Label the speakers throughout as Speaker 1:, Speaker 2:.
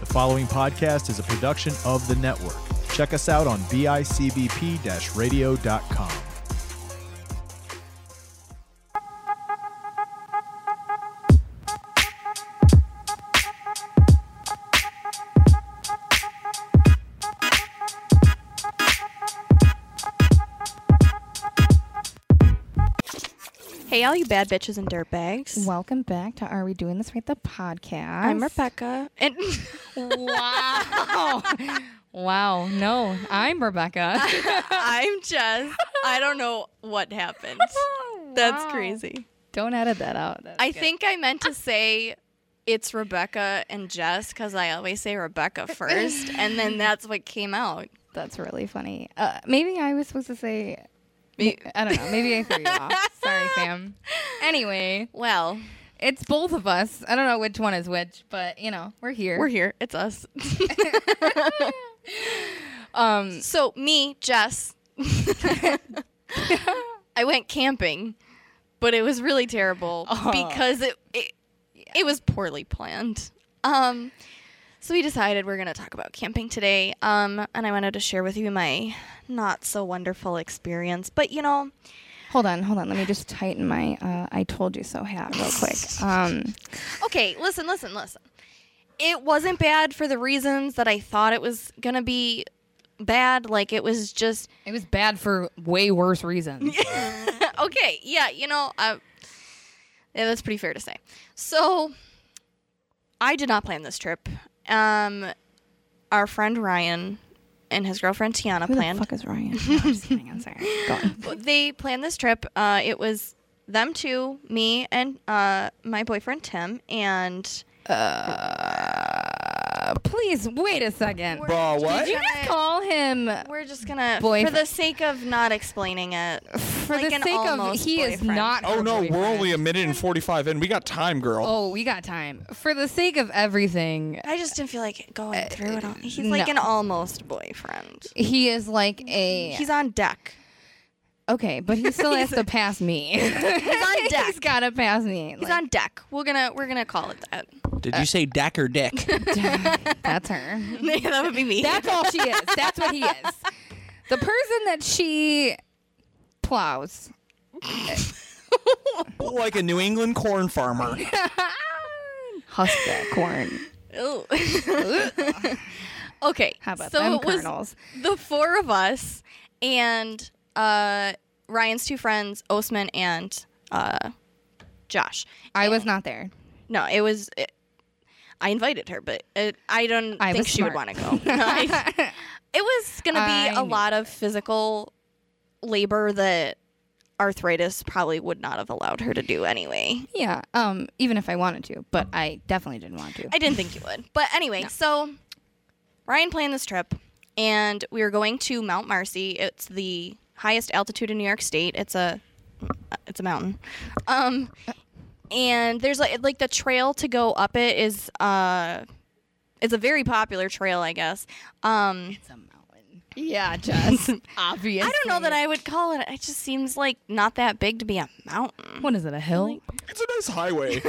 Speaker 1: The following podcast is a production of the network. Check us out on bicbp radio.com.
Speaker 2: Hey, all you bad bitches and dirtbags.
Speaker 3: Welcome back to Are We Doing This Right? The podcast.
Speaker 2: I'm Rebecca, and
Speaker 3: wow. wow. No, I'm Rebecca.
Speaker 2: I'm Jess. I don't know what happened. That's
Speaker 3: Wow.
Speaker 2: crazy.
Speaker 3: Don't edit that out. That's
Speaker 2: I
Speaker 3: good.
Speaker 2: think I meant to say it's Rebecca and Jess because I always say Rebecca first, and then that's what came out.
Speaker 3: that's really funny. Uh, maybe I was supposed to say. I don't know. Maybe I threw you off. Sorry, Sam. Anyway,
Speaker 2: Well,
Speaker 3: it's both of us. I don't know which one is which, but you know, we're here.
Speaker 2: we're here. It's us.
Speaker 3: um,
Speaker 2: so me, Jess. I went camping, but it was really terrible
Speaker 3: Oh.
Speaker 2: because it it, it was poorly planned. Um, so we decided we're gonna talk about camping today. Um, and I wanted to share with you my not so wonderful experience, but you know,
Speaker 3: hold on, hold on. Let me just tighten my uh, "I told you so" hat real quick. Um,
Speaker 2: okay, listen, listen, listen. It wasn't bad for the reasons that I thought it was gonna be bad. Like it was just
Speaker 4: It was bad for way worse reasons.
Speaker 2: okay, yeah, you know, uh, yeah, that's pretty fair to say. So, I did not plan this trip. Um, our friend Ryan and his girlfriend Tiana
Speaker 3: who
Speaker 2: planned.
Speaker 3: the fuck is Ryan? No, I'm just kidding. I'm sorry. Go on.
Speaker 2: they planned this trip. Uh, it was them two, me, and uh, my boyfriend Tim, and
Speaker 3: Uh, please wait a second.
Speaker 1: Bro, what?
Speaker 3: Did you just call him
Speaker 2: We're just gonna, for
Speaker 3: Boyfriend.
Speaker 2: the sake of not explaining it,
Speaker 3: for
Speaker 2: like
Speaker 3: the
Speaker 2: an
Speaker 3: sake of
Speaker 2: almost
Speaker 3: he is
Speaker 2: boyfriend.
Speaker 3: not?
Speaker 5: Oh
Speaker 3: her
Speaker 5: no, we're
Speaker 3: boyfriend.
Speaker 5: only a minute and 45 in. We got time, girl.
Speaker 4: Oh, we got time. For the sake of everything,
Speaker 2: I just didn't feel like going through it all. He's like
Speaker 4: no.
Speaker 2: an almost boyfriend.
Speaker 4: he is like a
Speaker 2: He's on deck.
Speaker 4: okay, but he still has to pass me. he's
Speaker 2: on
Speaker 4: he's
Speaker 2: deck.
Speaker 4: gotta pass me.
Speaker 2: He's on deck. We're gonna we're gonna call it that.
Speaker 5: Did you say deck or dick?
Speaker 4: That's her.
Speaker 2: that would be me.
Speaker 4: That's all she is. That's what he is. The person that she plows.
Speaker 5: like a New England corn farmer.
Speaker 3: husk that corn.
Speaker 2: Ew. okay.
Speaker 3: How about
Speaker 2: so
Speaker 3: them
Speaker 2: it was
Speaker 3: kernels?
Speaker 2: the four of us and uh, Ryan's two friends, Osman and uh, Josh.
Speaker 4: I was not there.
Speaker 2: No, it was. It, I invited her, but it, I don't
Speaker 4: I
Speaker 2: think
Speaker 4: was
Speaker 2: she would want
Speaker 4: smart.
Speaker 2: to go. No, I- it was gonna be
Speaker 4: I
Speaker 2: a
Speaker 4: knew
Speaker 2: lot of physical labor that arthritis probably would not have allowed her to do anyway.
Speaker 4: Yeah. Um. Even if I wanted to, but I definitely didn't want to.
Speaker 2: I didn't think you would. But anyway, so Ryan planned this trip, and we were going to Mount Marcy. It's the highest altitude in New York State. It's a it's a mountain. Um, and there's like like the trail to go up it is uh, it's a very popular trail, I guess. Um,
Speaker 4: It's a mountain. Yeah, Jess.
Speaker 2: I
Speaker 4: obviously.
Speaker 2: don't know that I would call it. It just seems like not that big to be a mountain.
Speaker 4: What is it? A hill?
Speaker 5: It's a nice highway.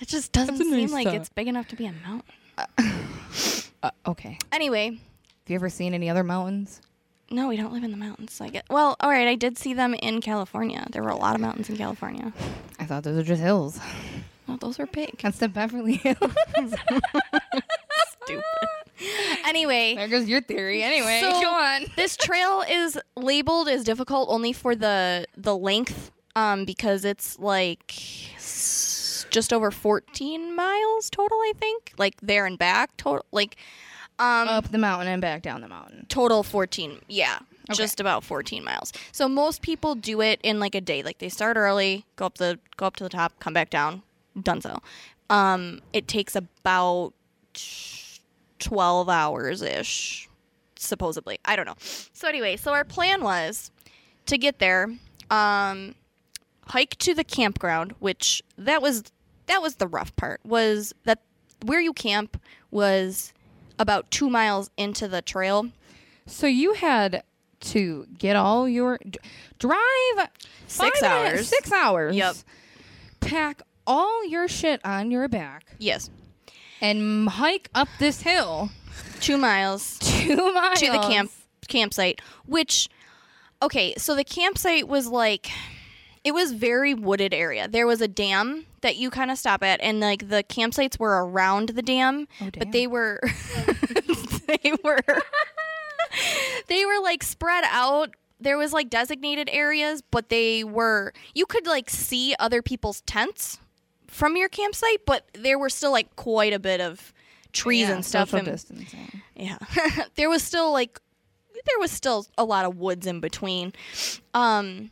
Speaker 2: It just doesn't
Speaker 4: That's a
Speaker 2: seem
Speaker 4: nice
Speaker 2: like
Speaker 4: thought.
Speaker 2: it's big enough to be a mountain.
Speaker 4: Uh, okay.
Speaker 2: Anyway,
Speaker 4: Have you ever seen any other mountains?
Speaker 2: No, we don't live in the mountains. So I get well. All right, I did see them in California. There were a lot of mountains in California.
Speaker 4: I thought those were just hills.
Speaker 2: Oh, those were big.
Speaker 4: That's the Beverly Hills.
Speaker 2: Stupid. anyway,
Speaker 4: there goes your theory. Anyway,
Speaker 2: So-
Speaker 4: go on.
Speaker 2: this trail is labeled as difficult only for the the length, um, because it's like s- just over 14 miles total. I think, like there and back total, like um,
Speaker 4: Up the mountain and back down the mountain.
Speaker 2: total 14 yeah just about 14 miles so most people do it in like a day like they start early go up the go up to the top come back down done so um it takes about 12 hours ish supposedly i don't know so anyway so our plan was to get there um hike to the campground which that was that was the rough part was that where you camp was about two miles into the trail
Speaker 4: So you had to get all your d- drive
Speaker 2: Six
Speaker 4: five and a-
Speaker 2: hours.
Speaker 4: six hours.
Speaker 2: Yep.
Speaker 4: Pack all your shit on your back.
Speaker 2: Yes.
Speaker 4: and hike up this hill
Speaker 2: two miles
Speaker 4: two miles
Speaker 2: to the camp campsite which okay so the campsite was like it was very wooded area there was a dam that you kind of stop at and like the campsites were around the dam but
Speaker 4: Oh, damn.
Speaker 2: they were they were they were like spread out there was like designated areas but they were you could like see other people's tents from your campsite but there were still like quite a bit of trees
Speaker 4: Yeah,
Speaker 2: and stuff
Speaker 4: social
Speaker 2: and-
Speaker 4: distancing.
Speaker 2: yeah. there was still like there was still a lot of woods in between. Um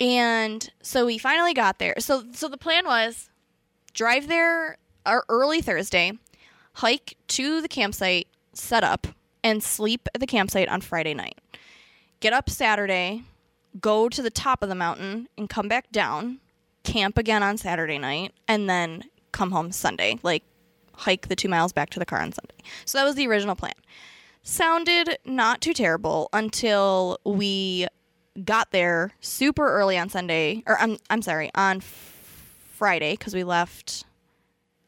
Speaker 2: and so we finally got there. So so the plan was drive there or early Thursday, hike to the campsite, set up and sleep at the campsite on Friday night. Get up Saturday, go to the top of the mountain and come back down, camp again on Saturday night and then come home Sunday. Like hike the two miles back to the car on Sunday. So that was the original plan. Sounded not too terrible until we got there super early on Sunday, or I'm, I'm sorry, on f- Friday, because we left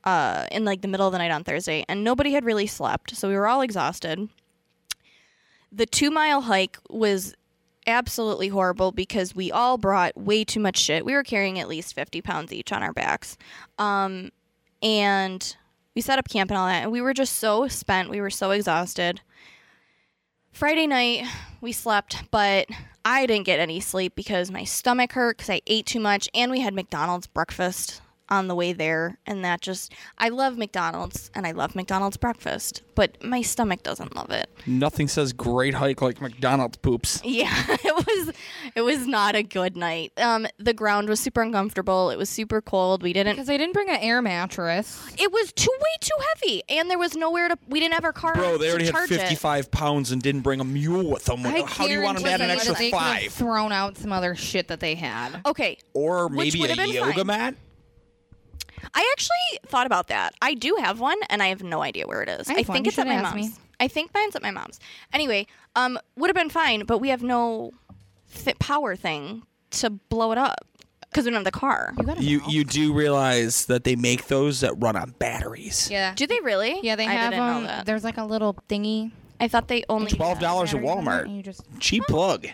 Speaker 2: uh, in like the middle of the night on Thursday, and nobody had really slept. So we were all exhausted. The two mile hike was absolutely horrible because we all brought way too much shit. We were carrying at least 50 pounds each on our backs Um, and we set up camp and all that and we were just so spent we were so exhausted friday night we slept but i didn't get any sleep because my stomach hurt because i ate too much and we had mcdonald's breakfast on the way there and that just i love mcdonald's and i love mcdonald's breakfast but my stomach doesn't love it
Speaker 5: Nothing says great hike like McDonald's poops.
Speaker 2: yeah, it was it was not a good night. Um the ground was super uncomfortable. It was super cold. We didn't
Speaker 4: Because I didn't bring an air mattress.
Speaker 2: It was too way too heavy and there was nowhere to we didn't have our car
Speaker 5: Bro, they
Speaker 2: to
Speaker 5: already had
Speaker 2: charge it.
Speaker 5: 55 pounds and didn't bring a mule with them.
Speaker 4: I
Speaker 5: How do you want them to add
Speaker 4: guarantee
Speaker 5: an
Speaker 4: that
Speaker 5: extra
Speaker 4: they could've
Speaker 5: five?
Speaker 4: Thrown out some other shit that they had.
Speaker 2: Okay.
Speaker 5: Or
Speaker 2: Which
Speaker 5: maybe a
Speaker 2: would've been
Speaker 5: yoga
Speaker 2: fine.
Speaker 5: mat?
Speaker 2: I actually thought about that. I do have one, and I have no idea where it is.
Speaker 4: I
Speaker 2: I,
Speaker 4: have
Speaker 2: think
Speaker 4: one. You
Speaker 2: it's at my
Speaker 4: should've asked
Speaker 2: mom's.
Speaker 4: me.
Speaker 2: I think mine's at my mom's. Anyway, um, would have been fine, but we have no th- power thing to blow it up because we don't have the car.
Speaker 5: You you do realize that they make those that run on batteries.
Speaker 4: Yeah.
Speaker 2: Do they really?
Speaker 4: yeah, they
Speaker 2: I
Speaker 4: have
Speaker 2: didn't
Speaker 4: um,
Speaker 2: know that.
Speaker 4: There's like a little thingy.
Speaker 2: I thought they only
Speaker 5: Twelve dollars at
Speaker 4: batteries on it, and you
Speaker 5: Walmart.
Speaker 4: just-
Speaker 5: Cheap plug.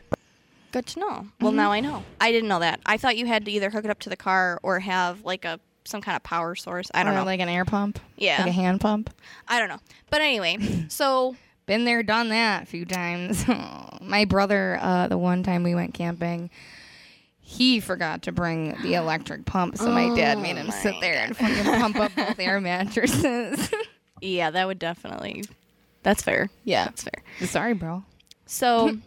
Speaker 2: Good to know. Well, now I know. I didn't know that. I thought you had to either hook it up to the car or have like a some kind of power source. I don't
Speaker 4: or
Speaker 2: know.
Speaker 4: Like an air pump.
Speaker 2: Yeah.
Speaker 4: Like a hand pump.
Speaker 2: I don't know. But anyway, so
Speaker 4: Been there, done that a few times. My brother, uh, the one time we went camping, he forgot to bring the electric pump, so my dad made
Speaker 2: Oh
Speaker 4: him sit there and fucking pump up both air mattresses.
Speaker 2: yeah, that would definitely. That's fair.
Speaker 4: Yeah.
Speaker 2: that's fair.
Speaker 4: Sorry, bro.
Speaker 2: So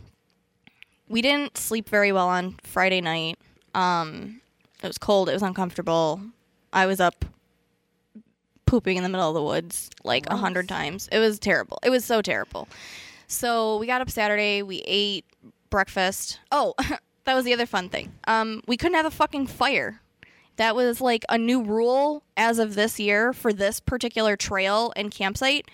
Speaker 2: we didn't sleep very well on Friday night. Um, it was cold. It was uncomfortable. I was up pooping in the middle of the woods like a hundred times. It was terrible. It was so terrible. So we got up Saturday. We ate breakfast. Oh, that was the other fun thing. Um, we couldn't have a fucking fire. That was like a new rule as of this year for this particular trail and campsite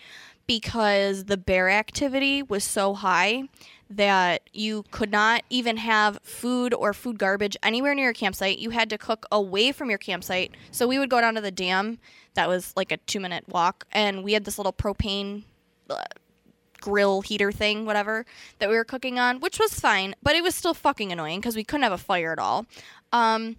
Speaker 2: because the bear activity was so high that you could not even have food or food garbage anywhere near your campsite. You had to cook away from your campsite. So we would go down to the dam. That was like a two minute walk. And we had this little propane uh, grill heater thing, whatever, that we were cooking on, which was fine, but it was still fucking annoying because we couldn't have a fire at all. Um,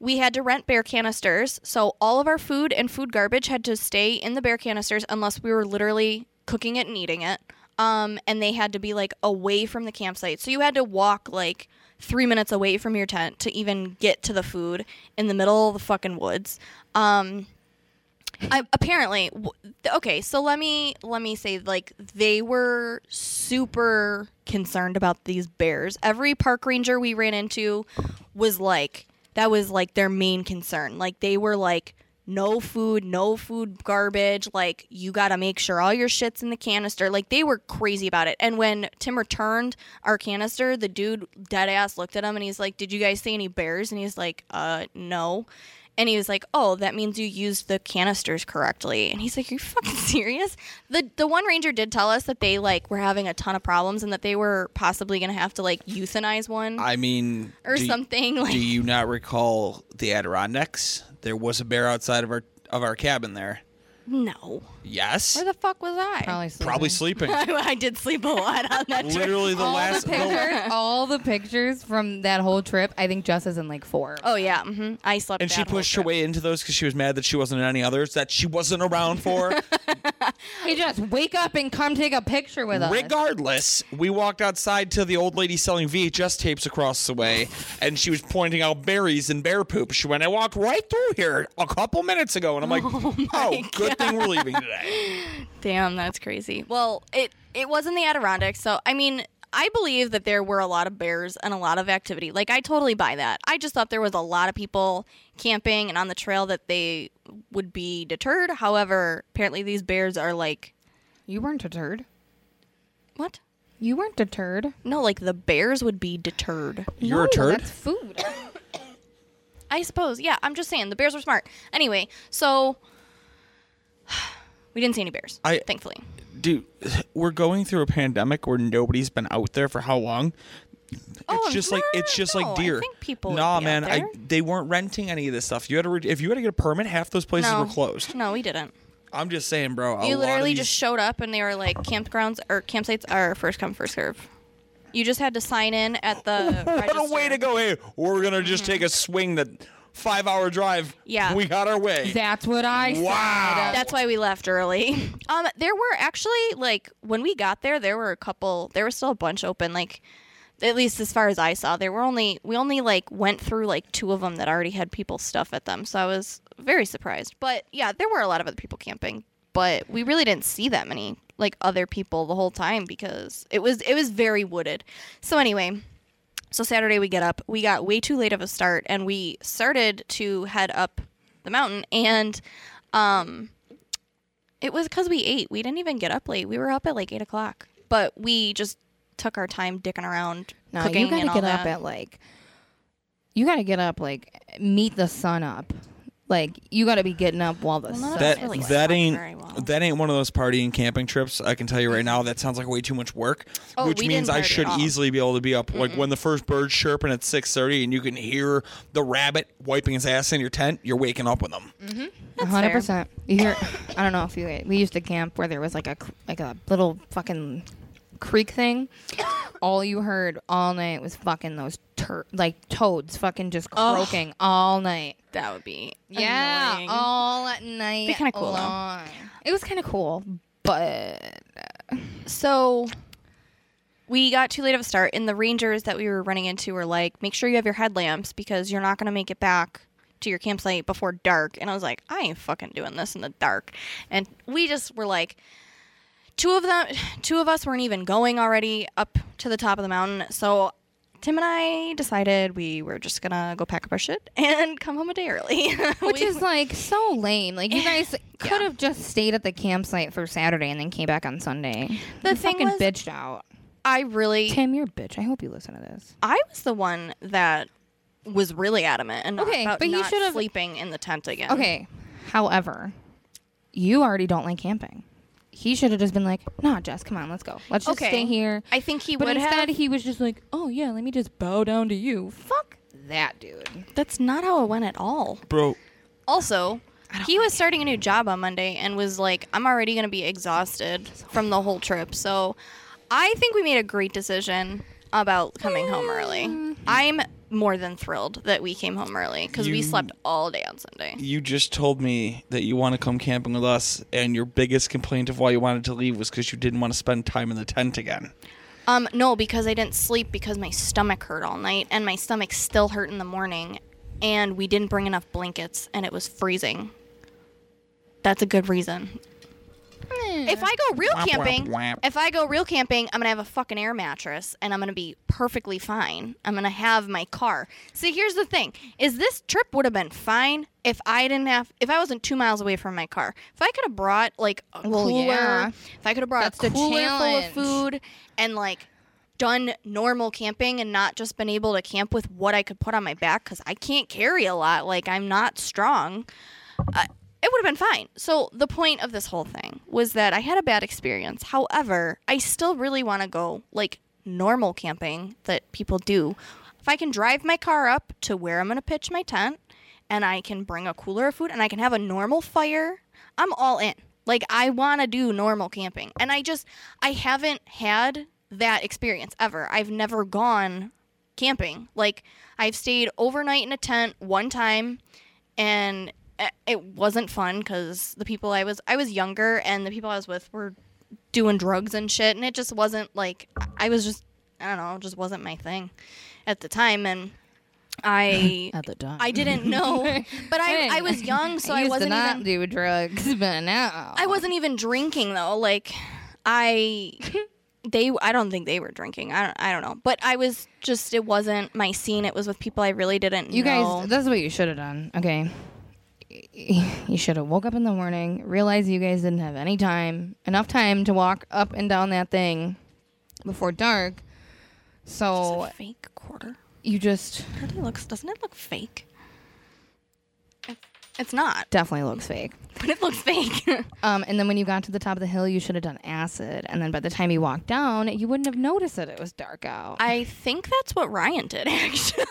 Speaker 2: we had to rent bear canisters, so all of our food and food garbage had to stay in the bear canisters unless we were literally cooking it and eating it. Um, and they had to be like away from the campsite, so you had to walk like three minutes away from your tent to even get to the food in the middle of the fucking woods. Um, I, apparently w- okay so let me let me say like they were super concerned about these bears every park ranger we ran into was like that was like their main concern like they were like no food no food garbage like you gotta make sure all your shit's in the canister like they were crazy about it and when tim returned our canister the dude dead ass looked at him and he's like did you guys see any bears and he's like uh no and he was like, "Oh, that means you used the canisters correctly." And he's like, "Are you fucking serious?" The the one ranger did tell us that they like were having a ton of problems and that they were possibly going to have to like euthanize one
Speaker 5: I mean,
Speaker 2: or
Speaker 5: do you-
Speaker 2: something like
Speaker 5: Do you not recall the Adirondacks? There was a bear outside of our of our cabin there.
Speaker 2: No.
Speaker 5: Yes.
Speaker 2: Where the fuck was I?
Speaker 3: Probably sleeping.
Speaker 5: Probably sleeping.
Speaker 2: I did sleep a lot on that trip.
Speaker 5: Literally the last. the-
Speaker 3: Picture.
Speaker 4: All the pictures from that whole trip, I think Jess is in like four.
Speaker 2: Oh yeah, hmm I slept.
Speaker 5: and she
Speaker 2: that whole
Speaker 5: pushed her
Speaker 2: trip.
Speaker 5: way into those because she was mad that she wasn't in any others that she wasn't around for.
Speaker 4: Hey, Jess, wake up and come take a picture with us.
Speaker 5: Regardless, we walked outside to the old lady selling VHS tapes across the way, and she was pointing out berries and bear poop. She went, I walked right through here a couple minutes ago, and I'm like, oh, good thing we're leaving today.
Speaker 2: Damn, that's crazy. Well, it it was in the Adirondacks, so I mean, I believe that there were a lot of bears and a lot of activity. Like I totally buy that. I just thought there was a lot of people camping and on the trail that they would be deterred. However, apparently these bears are like
Speaker 4: You weren't deterred.
Speaker 2: what?
Speaker 4: You weren't deterred.
Speaker 2: No, like the bears would be deterred.
Speaker 5: You're a
Speaker 4: No,
Speaker 5: turd?
Speaker 4: That's food.
Speaker 2: I suppose. Yeah, I'm just saying the bears were smart. Anyway, so we didn't see any bears,
Speaker 5: I-
Speaker 2: thankfully.
Speaker 5: Dude, we're going through a pandemic where nobody's been out there for how long?
Speaker 2: Oh,
Speaker 5: it's just like it's just
Speaker 2: no,
Speaker 5: like
Speaker 2: I
Speaker 5: deer.
Speaker 2: think people would
Speaker 5: Nah,
Speaker 2: be out
Speaker 5: man, I,
Speaker 2: there.
Speaker 5: they weren't renting any of this stuff. You had to re- if you had to get a permit, half those places
Speaker 2: No.
Speaker 5: were closed.
Speaker 2: No, we didn't.
Speaker 5: I'm just saying, bro. a lot
Speaker 2: you
Speaker 5: of
Speaker 2: literally
Speaker 5: these-
Speaker 2: just showed up and they were like campgrounds or campsites are first come first serve. You just had to sign in at the
Speaker 5: What a way
Speaker 2: register.
Speaker 5: to go! Hey, we're gonna just take a swing that five hour drive.
Speaker 2: Mm-hmm. Yeah.
Speaker 5: we got our way.
Speaker 4: That's what I said.
Speaker 5: wow.
Speaker 2: That's why we left early. Um, there were actually like when we got there, there were a couple. There was still a bunch open. Like at least as far as I saw, there were only we only like went through like two of them that already had people's stuff at them. So I was very surprised. But yeah, there were a lot of other people camping, but we really didn't see that many like other people the whole time because it was it was very wooded. So anyway, So Saturday we get up. We got way too late of a start and we started to head up the mountain and um it was because we ate. We didn't even get up late. We were up at like eight o'clock. But we just took our time dicking around
Speaker 4: No,
Speaker 2: cooking
Speaker 4: you gotta
Speaker 2: and all
Speaker 4: get
Speaker 2: that.
Speaker 4: up at like. You gotta get up like meet the sun up, like you gotta be getting up while the
Speaker 2: none
Speaker 4: sun.
Speaker 2: of
Speaker 5: that
Speaker 2: That's really not
Speaker 5: that ain't
Speaker 2: very well.
Speaker 5: that ain't one of those partying camping trips. I can tell you right now, that sounds like way too much work.
Speaker 2: Oh,
Speaker 5: which
Speaker 2: we
Speaker 5: means
Speaker 2: didn't
Speaker 5: I
Speaker 2: party at
Speaker 5: should
Speaker 2: all.
Speaker 5: easily be able to be up like when the first bird's chirping at six thirty, and you can hear the rabbit wiping his ass in your tent. You're waking up with him.
Speaker 4: One hundred percent. You hear? I don't know if you. We used to camp where there was like a cr- like a little fucking creek thing. all you heard all night was fucking those tur- like toads fucking just croaking all night.
Speaker 2: That would be
Speaker 4: Yeah,
Speaker 2: annoying.
Speaker 4: all night.
Speaker 2: Be kinda cool, though.
Speaker 4: long. It was kind of cool, but
Speaker 2: So we got too late of a start, and the rangers that we were running into were like, "Make sure you have your headlamps because you're not gonna make it back to your campsite before dark." And I was like, "I ain't fucking doing this in the dark." And we just were like, two of them, two of us weren't even going already up to the top of the mountain, so. Tim and I decided we were just gonna go pack up our shit and come home a day early.
Speaker 4: which
Speaker 2: We-
Speaker 4: is like so lame. Like you guys could have just stayed at the campsite for Saturday and then came back on Sunday.
Speaker 2: The
Speaker 4: you
Speaker 2: thing
Speaker 4: fucking
Speaker 2: was-
Speaker 4: bitched out.
Speaker 2: I really,
Speaker 4: Tim, you're a bitch. I hope you listen to this.
Speaker 2: I was the one that was really adamant and
Speaker 4: Okay,
Speaker 2: about
Speaker 4: but he
Speaker 2: not
Speaker 4: should have-
Speaker 2: sleeping in the tent again.
Speaker 4: Okay. However, you already don't like camping. He should have just been like, "Nah, Jess, come on, let's go. Let's just
Speaker 2: Okay.
Speaker 4: stay here."
Speaker 2: I think he
Speaker 4: but
Speaker 2: would
Speaker 4: instead,
Speaker 2: have.
Speaker 4: he was just like, "Oh yeah, let me just bow down to you." Fuck that dude.
Speaker 2: That's not how it went at all.
Speaker 5: Bro,
Speaker 2: Also, he was starting a new job on Monday and was like, "I'm already going to be exhausted from the whole trip." So, I think we made a great decision about coming home
Speaker 4: Mm.
Speaker 2: early. I'm more than thrilled that we came home early because we
Speaker 5: You-
Speaker 2: slept all day on Sunday.
Speaker 5: you just told me that you want to come camping with us, and your biggest complaint of why you wanted to leave was because you didn't want to spend time in the tent again.
Speaker 2: Um, no, because I didn't sleep because my stomach hurt all night, and my stomach still hurt in the morning, and we didn't bring enough blankets, and it was freezing. That's a good reason.
Speaker 4: Hmm.
Speaker 2: If I go real
Speaker 5: Womp, womp,
Speaker 2: camping,
Speaker 5: womp.
Speaker 2: if I go real camping, I'm gonna have a fucking air mattress, and I'm gonna be perfectly fine. I'm gonna have my car. See, here's the thing: is this trip would have been fine if I didn't have, if I wasn't two miles away from my car. If I could have brought like a
Speaker 4: Well,
Speaker 2: cooler,
Speaker 4: yeah.
Speaker 2: if I could have brought
Speaker 4: That's
Speaker 2: a
Speaker 4: the
Speaker 2: cooler full of
Speaker 4: challenge.
Speaker 2: food food and like done normal camping and not just been able to camp with what I could put on my back because I can't carry a lot. Like I'm not strong. Uh, it would have been fine. So the point of this whole thing was that I had a bad experience. However, I still really want to go like normal camping that people do. If I can drive my car up to where I'm going to pitch my tent and I can bring a cooler of food and I can have a normal fire. I'm all in. Like I want to do normal camping, and I just I haven't had that experience ever. I've never gone camping. Like I've stayed overnight in a tent one time, and i- it wasn't fun because the people I was I was younger, and the people I was with were doing drugs and shit, and it just wasn't like I was just I don't know, it just wasn't my thing at the time, and. I
Speaker 6: At the time.
Speaker 2: I didn't know, but I, I was young, so I,
Speaker 4: used
Speaker 2: wasn't
Speaker 4: to not
Speaker 2: even
Speaker 4: do drugs, but now
Speaker 2: I wasn't even drinking though. Like I they I don't think they were drinking. I don't I don't know. But I was just it wasn't my scene. It was with people I really didn't
Speaker 4: You
Speaker 2: know.
Speaker 4: guys, that's what you should have done. Okay. You should have woke up in the morning, realized you guys didn't have any time, enough time to walk up and down that thing before dark.
Speaker 2: It's
Speaker 4: So
Speaker 2: a fake quarter.
Speaker 4: you just
Speaker 2: It looks doesn't it look fake? It's, it's not,
Speaker 4: definitely looks fake.
Speaker 2: but it looks fake.
Speaker 4: Um, and then when you got to the top of the hill, you should have done acid. And then by the time you walked down, you wouldn't have noticed that it was dark out.
Speaker 2: I think that's what Ryan did actually.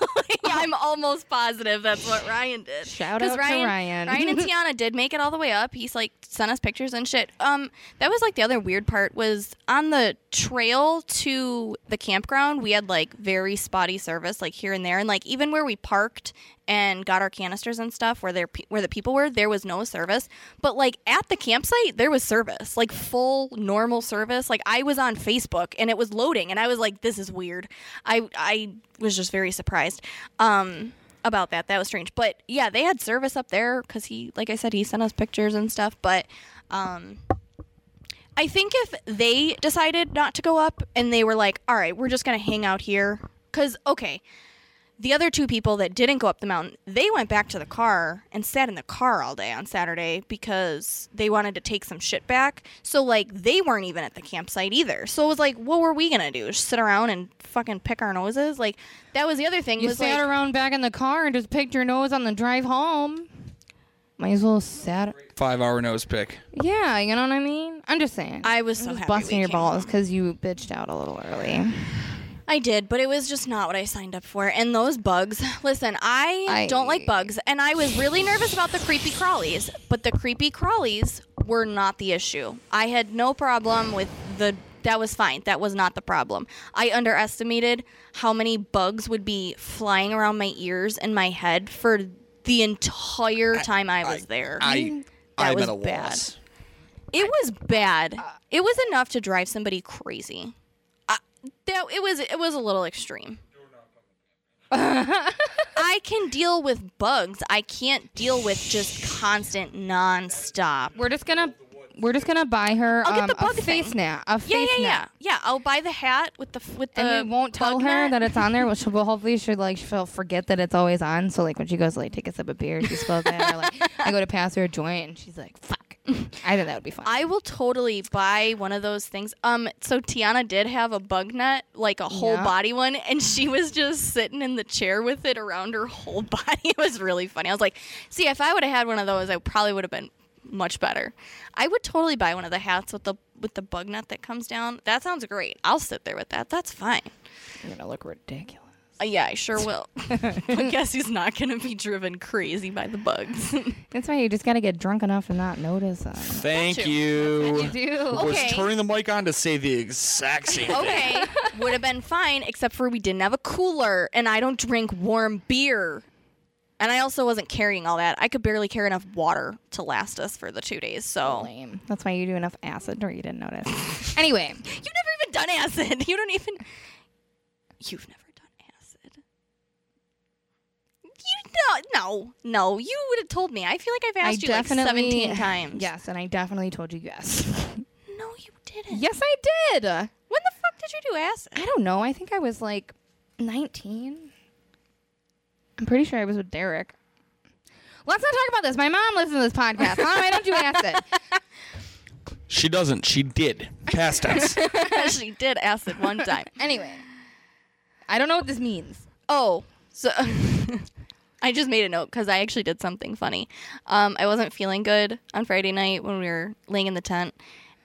Speaker 2: I'm almost positive that's what Ryan did.
Speaker 4: Shout
Speaker 2: 'Cause
Speaker 4: out to Ryan.
Speaker 2: Ryan and Tiana did make it all the way up. He's like sent us pictures and shit. Um, that was like the other weird part was on the trail to the campground. We had like very spotty service, like here and there, and like even where we parked and got our canisters and stuff, where there pe- where the people were, there was no service. But like at the campsite, there was service, like full normal service. Like I was on Facebook and it was loading, and I was like, this is weird. I I was just very surprised. Um about that. That was strange. But yeah, they had service up there because he, like I said, he sent us pictures and stuff. But um, I think if they decided not to go up and they were like, all right, we're just going to hang out here. Because, okay, the other two people that didn't go up the mountain, they went back to the car and sat in the car all day on Saturday because they wanted to take some shit back. So, like, they weren't even at the campsite either. So it was like, what were we going to do? Just sit around and fucking pick our noses? Like, that was the other thing.
Speaker 4: You
Speaker 2: was
Speaker 4: sat
Speaker 2: like,
Speaker 4: around back in the car and just picked your nose on the drive home. Might as well sat.
Speaker 5: Five hour nose pick.
Speaker 4: Yeah, you know what I mean. I'm just saying.
Speaker 2: I was so
Speaker 4: just
Speaker 2: happy
Speaker 4: busting
Speaker 2: we
Speaker 4: your
Speaker 2: came
Speaker 4: balls because you bitched out a little early.
Speaker 2: I did, but it was just not what I signed up for. And those bugs, listen, I,
Speaker 4: I-
Speaker 2: don't like bugs, and I was really nervous about the creepy crawlies, but the creepy crawlies were not the issue. I had no problem with the that was fine. That was not the problem. I underestimated how many bugs would be flying around my ears and my head for the entire time I, was there.
Speaker 5: I
Speaker 2: That
Speaker 5: I'm
Speaker 2: was
Speaker 5: at a
Speaker 2: bad.
Speaker 5: loss.
Speaker 2: It was bad. It was enough to drive somebody crazy. I, that it was it was a little extreme. I can deal with bugs. I can't deal with just constant nonstop.
Speaker 4: We're just gonna we're just gonna buy her
Speaker 2: I'll get
Speaker 4: um,
Speaker 2: the bug
Speaker 4: a
Speaker 2: thing.
Speaker 4: face net. A
Speaker 2: Yeah,
Speaker 4: face
Speaker 2: yeah, yeah,
Speaker 4: net.
Speaker 2: yeah. I'll buy the hat with the with the.
Speaker 4: And we won't tell
Speaker 2: bug
Speaker 4: her
Speaker 2: net.
Speaker 4: that it's on there. Well, she'll well, hopefully she'll like she'll forget that it's always on. So like when she goes to, like take a sip of beer, she spills it. Or, like I go to pass her a joint and she's like, "Fuck." I think that would be fun.
Speaker 2: I will totally buy one of those things. Um, so Tiana did have a bug net, like a whole
Speaker 4: Yeah.
Speaker 2: body one, and she was just sitting in the chair with it around her whole body. It was really funny. I was like, see, if I would have had one of those, I probably would have been much better. I would totally buy one of the hats with the with the bug net that comes down. That sounds great. I'll sit there with that. That's fine.
Speaker 4: You're gonna look ridiculous.
Speaker 2: Uh, yeah, I sure will. I guess he's not gonna be driven crazy by the bugs.
Speaker 4: That's why you just gotta get drunk enough and not notice them.
Speaker 5: Thank you.
Speaker 4: Do
Speaker 5: Was
Speaker 2: Okay.
Speaker 5: turning the mic on to say the exact same. thing.
Speaker 2: okay, would have been fine, except for we didn't have a cooler, and I don't drink warm beer. And I also wasn't carrying all that. I could barely carry enough water to last us for the two days. So you
Speaker 4: Oh, lame. That's why you do enough acid or you didn't notice. anyway,
Speaker 2: have never even done acid. You don't even. You've never done acid. You no, no, no. You would have told me. I feel like I've
Speaker 4: I
Speaker 2: asked you like
Speaker 4: definitely
Speaker 2: seventeen times.
Speaker 4: Yes, and I definitely told you yes.
Speaker 2: No, you didn't.
Speaker 4: yes, I did. I
Speaker 2: When the fuck did you do acid?
Speaker 4: don't know. I think I was like 19. I'm pretty sure I was with Derek. Let's not talk about this. My mom listens to this podcast. Mom, I don't do acid.
Speaker 5: She doesn't. She did. Past tense.
Speaker 2: she did acid one time.
Speaker 4: Anyway, I don't know what this means.
Speaker 2: Oh, so I just made a note because I actually did something funny. Um, I wasn't feeling good on Friday night when we were laying in the tent,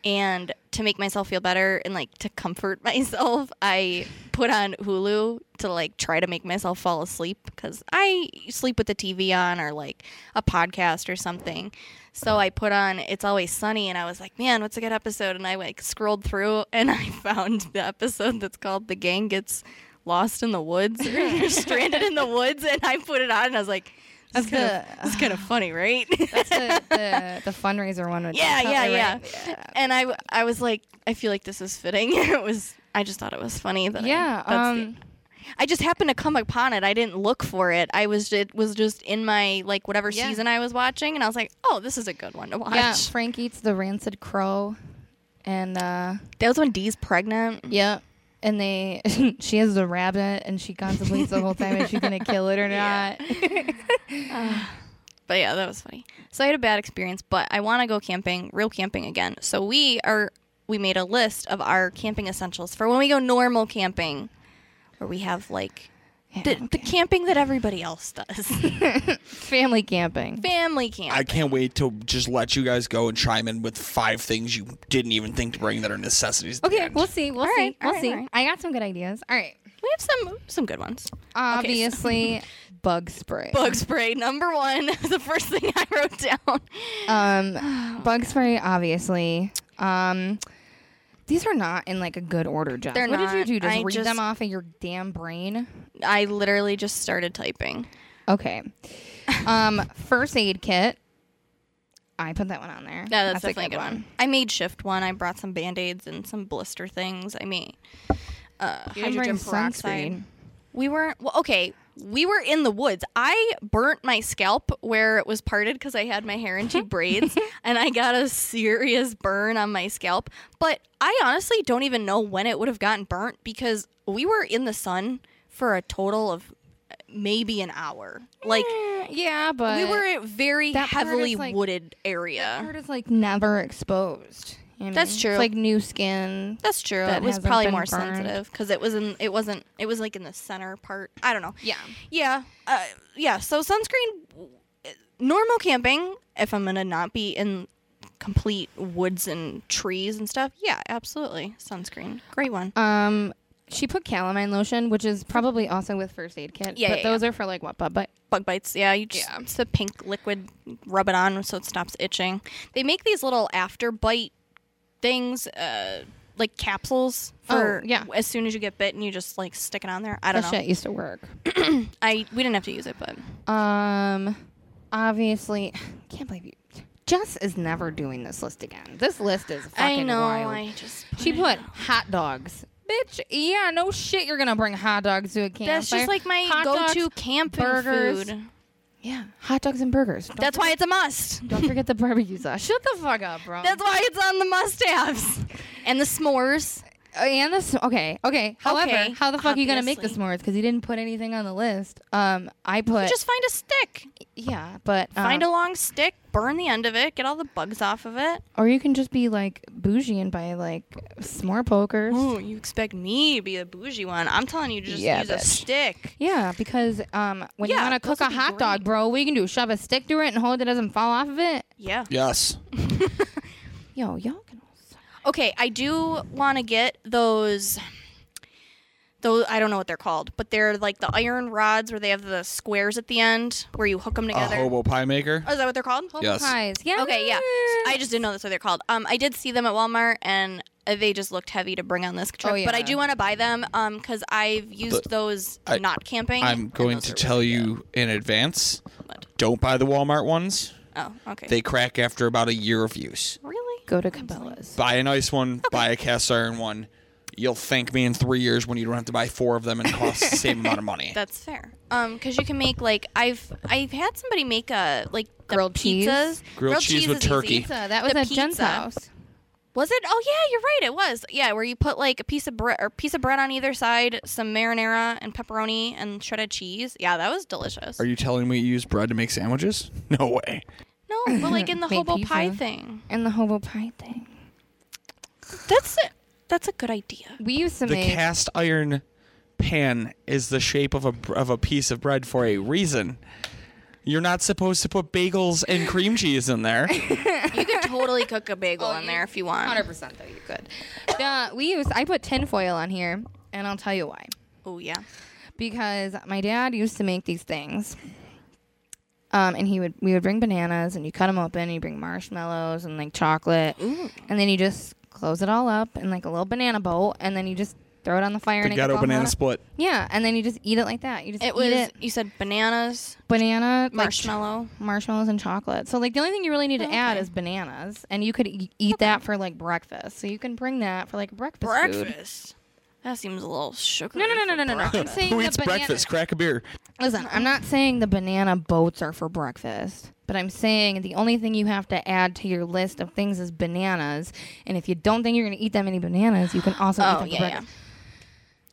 Speaker 2: And to make myself feel better and like to comfort myself, I put on Hulu to like try to make myself fall asleep because I sleep with the TV on or like a podcast or something. So I put on It's Always Sunny and I was like, man, what's a good episode? And I like scrolled through and I found the episode that's called The Gang Gets Lost in the Woods or Stranded in the Woods. And I put it on and I was like, that's
Speaker 4: That's
Speaker 2: kind of that's kind of funny, right?
Speaker 4: That's the, the, the fundraiser one. With
Speaker 2: yeah,
Speaker 4: Tom
Speaker 2: yeah,
Speaker 4: Cutler,
Speaker 2: yeah,
Speaker 4: right?
Speaker 2: And I, w- I was like, I feel like this is fitting. it was. I just thought it was funny. That I-
Speaker 4: Yeah,
Speaker 2: that's the-
Speaker 4: um,
Speaker 2: I just happened to come upon it. I didn't look for it. I was it was just in my like whatever
Speaker 4: Yeah.
Speaker 2: season I was watching, and I was like, oh, this is a good one to watch.
Speaker 4: Yeah, Frank eats the rancid crow, and uh,
Speaker 2: That was when Dee's pregnant.
Speaker 4: yeah, and they she has the rabbit, and she contemplates the whole time if she's gonna kill it or
Speaker 2: Yeah.
Speaker 4: not.
Speaker 2: But yeah, that was funny. So I had a bad experience, but I want to go camping, real camping again. So we are we made a list of our camping essentials for when we go normal camping, where we have like the, the camping that everybody else does,
Speaker 4: Family camping.
Speaker 2: family camp.
Speaker 5: I can't wait to just let you guys go and chime in with five things you didn't even think to bring that are necessities. at the
Speaker 4: Okay,
Speaker 5: end.
Speaker 4: we'll see. We'll
Speaker 2: All
Speaker 4: see.
Speaker 2: right, all
Speaker 4: we'll
Speaker 2: right,
Speaker 4: see.
Speaker 2: all right.
Speaker 4: I got some good ideas. All right.
Speaker 2: we have some some good ones.
Speaker 4: Obviously, bug spray.
Speaker 2: Bug spray number one, the first thing I wrote down.
Speaker 4: Um, bug spray. Obviously. Um, these are not in like a good order, Jess.
Speaker 2: They're
Speaker 4: what did you do?
Speaker 2: not.
Speaker 4: Just
Speaker 2: I
Speaker 4: read
Speaker 2: just-
Speaker 4: them off of your damn brain.
Speaker 2: I literally just started typing.
Speaker 4: Okay. Um, first aid kit. I put that one on there.
Speaker 2: No, that's, definitely a good one. I made shift one. I brought some band aids and some blister things. I made uh,
Speaker 4: You didn't bring
Speaker 2: hydrogen peroxide.
Speaker 4: sunscreen.
Speaker 2: We weren't well, okay. We were in the woods. I burnt my scalp where it was parted because I had my hair in two braids, and I got a serious burn on my scalp. But I honestly don't even know when it would have gotten burnt because we were in the sun for a total of maybe an hour. Like
Speaker 4: Eh, Yeah, but
Speaker 2: we were at very
Speaker 4: that part is,
Speaker 2: heavily
Speaker 4: like-
Speaker 2: wooded area.
Speaker 4: Part is like never exposed. you know?
Speaker 2: That's true.
Speaker 4: It's like new skin.
Speaker 2: That's true.
Speaker 4: that
Speaker 2: it was
Speaker 4: hasn't
Speaker 2: probably
Speaker 4: been
Speaker 2: more
Speaker 4: burned.
Speaker 2: sensitive because it was in. It wasn't. It was like in the center part. I don't know.
Speaker 4: Yeah.
Speaker 2: Yeah. Uh, yeah. So sunscreen. uh, Normal camping. If I'm gonna not be in complete woods and trees and stuff, yeah, absolutely sunscreen. Great one.
Speaker 4: Um, she put calamine lotion, which is probably also with first aid kit.
Speaker 2: Yeah,
Speaker 4: but
Speaker 2: yeah,
Speaker 4: those are for like what? But but
Speaker 2: Bug bites. Yeah. You just it's a pink liquid. Rub it on so it stops itching. They make these little after bite things. Uh, like capsules for
Speaker 4: Oh, yeah.
Speaker 2: as soon as you get bitten, you just like stick it on there. I don't
Speaker 4: that
Speaker 2: know.
Speaker 4: shit used to work.
Speaker 2: I we didn't have to use it, but
Speaker 4: Um, obviously, can't believe you. Jess is never doing this list again. This list is fucking
Speaker 2: I know.
Speaker 4: wild.
Speaker 2: I just
Speaker 4: She put hot dogs. Bitch, yeah, no shit. You're gonna bring hot dogs to a camp.
Speaker 2: that's just like my
Speaker 4: Hot dogs,
Speaker 2: go-to camping
Speaker 4: burgers.
Speaker 2: food.
Speaker 4: yeah, hot dogs and burgers. Don't,
Speaker 2: That's why it's a must.
Speaker 4: don't forget the barbecue sauce. Shut the fuck up, bro.
Speaker 2: That's why it's on the must-haves and the s'mores.
Speaker 4: Uh, and this okay, okay. However,
Speaker 2: Okay,
Speaker 4: how the fuck are you gonna make the
Speaker 2: obviously.
Speaker 4: s'mores? Because you didn't put anything on the list. Um, I put
Speaker 2: Just find a stick.
Speaker 4: yeah, but um,
Speaker 2: Find a long stick, burn the end of it, get all the bugs off of it.
Speaker 4: or you can just be like bougie and buy like s'more pokers.
Speaker 2: Ooh, you expect me to be the bougie one? I'm telling you, just
Speaker 4: Yeah,
Speaker 2: use
Speaker 4: bitch.
Speaker 2: a stick.
Speaker 4: Yeah, because um, when
Speaker 2: Yeah,
Speaker 4: you want to
Speaker 2: those
Speaker 4: cook a
Speaker 2: would be
Speaker 4: hot
Speaker 2: great.
Speaker 4: dog, bro, what you can do? Shove a stick through it and hold it doesn't fall off of it.
Speaker 2: Yeah.
Speaker 5: Yes.
Speaker 4: Yo, y'all can.
Speaker 2: Okay, I do want to get those. Those I don't know what they're called, but they're like the iron rods where they have the squares at the end where you hook them
Speaker 5: A
Speaker 2: together.
Speaker 5: hobo pie maker.
Speaker 2: Oh, is that what they're called?
Speaker 5: yes.
Speaker 4: Pies. Yeah.
Speaker 2: Okay, yeah. I just didn't know that's what they're called. Um, I did see them at Walmart, and uh, they just looked heavy to bring on this trip.
Speaker 4: yeah.
Speaker 2: But I do want to buy them um because I've used
Speaker 5: But
Speaker 2: those
Speaker 5: I-
Speaker 2: not camping.
Speaker 5: I'm
Speaker 2: and
Speaker 5: going
Speaker 2: those
Speaker 5: to
Speaker 2: are
Speaker 5: tell
Speaker 2: really
Speaker 5: you in advance
Speaker 2: What?
Speaker 5: don't buy the Walmart ones.
Speaker 2: good. Oh, okay.
Speaker 5: They crack after about a year of use.
Speaker 2: really?
Speaker 4: Go to Cabela's.
Speaker 5: Buy a nice one, buy a cast iron one. You'll thank me in three years when you don't have to buy four of them and it costs the same amount of money.
Speaker 2: That's fair. Um, because you can make like I've I've had somebody make a like the
Speaker 4: Grilled cheese?
Speaker 2: pizzas.
Speaker 5: Grilled cheese with
Speaker 2: is easy.
Speaker 5: turkey.
Speaker 4: Pizza. That was
Speaker 2: The
Speaker 4: at Jen's
Speaker 2: pizza.
Speaker 4: house.
Speaker 2: Was it? Oh yeah, you're right. It was. Yeah, where you put like a piece of bread or piece of bread on either side, some marinara and pepperoni and shredded cheese. Yeah, that was delicious.
Speaker 5: Are you telling me you use bread to make sandwiches? No way.
Speaker 2: no, but like in the
Speaker 4: Made
Speaker 2: hobo pie
Speaker 4: pizza.
Speaker 2: thing.
Speaker 4: And the hobo pie thing.
Speaker 2: That's a, that's a good idea.
Speaker 4: We used to
Speaker 5: The
Speaker 4: make.
Speaker 5: cast iron pan is the shape of a of a piece of bread for a reason. You're not supposed to put bagels and cream cheese in there.
Speaker 2: You could totally cook a bagel in there if Oh, you want.
Speaker 4: Hundred percent though, you could. Uh, we use I put tinfoil on here, and I'll tell you why.
Speaker 2: Oh yeah.
Speaker 4: Because my dad used to make these things, um, and he would we would bring bananas, and you cut them open, and you bring marshmallows and like chocolate, and then you just close it all up in like a little banana bowl, and then you just throw it on the fire. and it
Speaker 5: Got
Speaker 4: gets
Speaker 5: a
Speaker 4: all
Speaker 5: banana
Speaker 4: hot.
Speaker 5: split.
Speaker 4: Yeah, and then you just eat it like that. You just
Speaker 2: It
Speaker 4: eat
Speaker 2: was
Speaker 4: it.
Speaker 2: you said bananas,
Speaker 4: banana like,
Speaker 2: marshmallow.
Speaker 4: marshmallows and chocolate. So like the only thing you really need to add is bananas, and you could e- eat that for like breakfast. So you can bring that for like breakfast. food.
Speaker 2: breakfast. That seems a little sugary.
Speaker 4: No, no, no, no,
Speaker 2: for
Speaker 4: no, no, no. I'm
Speaker 2: breakfast.
Speaker 4: saying
Speaker 5: Who
Speaker 4: the
Speaker 5: eats
Speaker 4: banana-
Speaker 5: breakfast? Crack a beer.
Speaker 4: Listen, I'm not saying the banana boats are for breakfast, but I'm saying the only thing you have to add to your list of things is bananas. And if you don't think you're going to eat that many bananas, you can also eat
Speaker 2: Oh
Speaker 4: them for
Speaker 2: yeah, yeah.
Speaker 4: breakfast.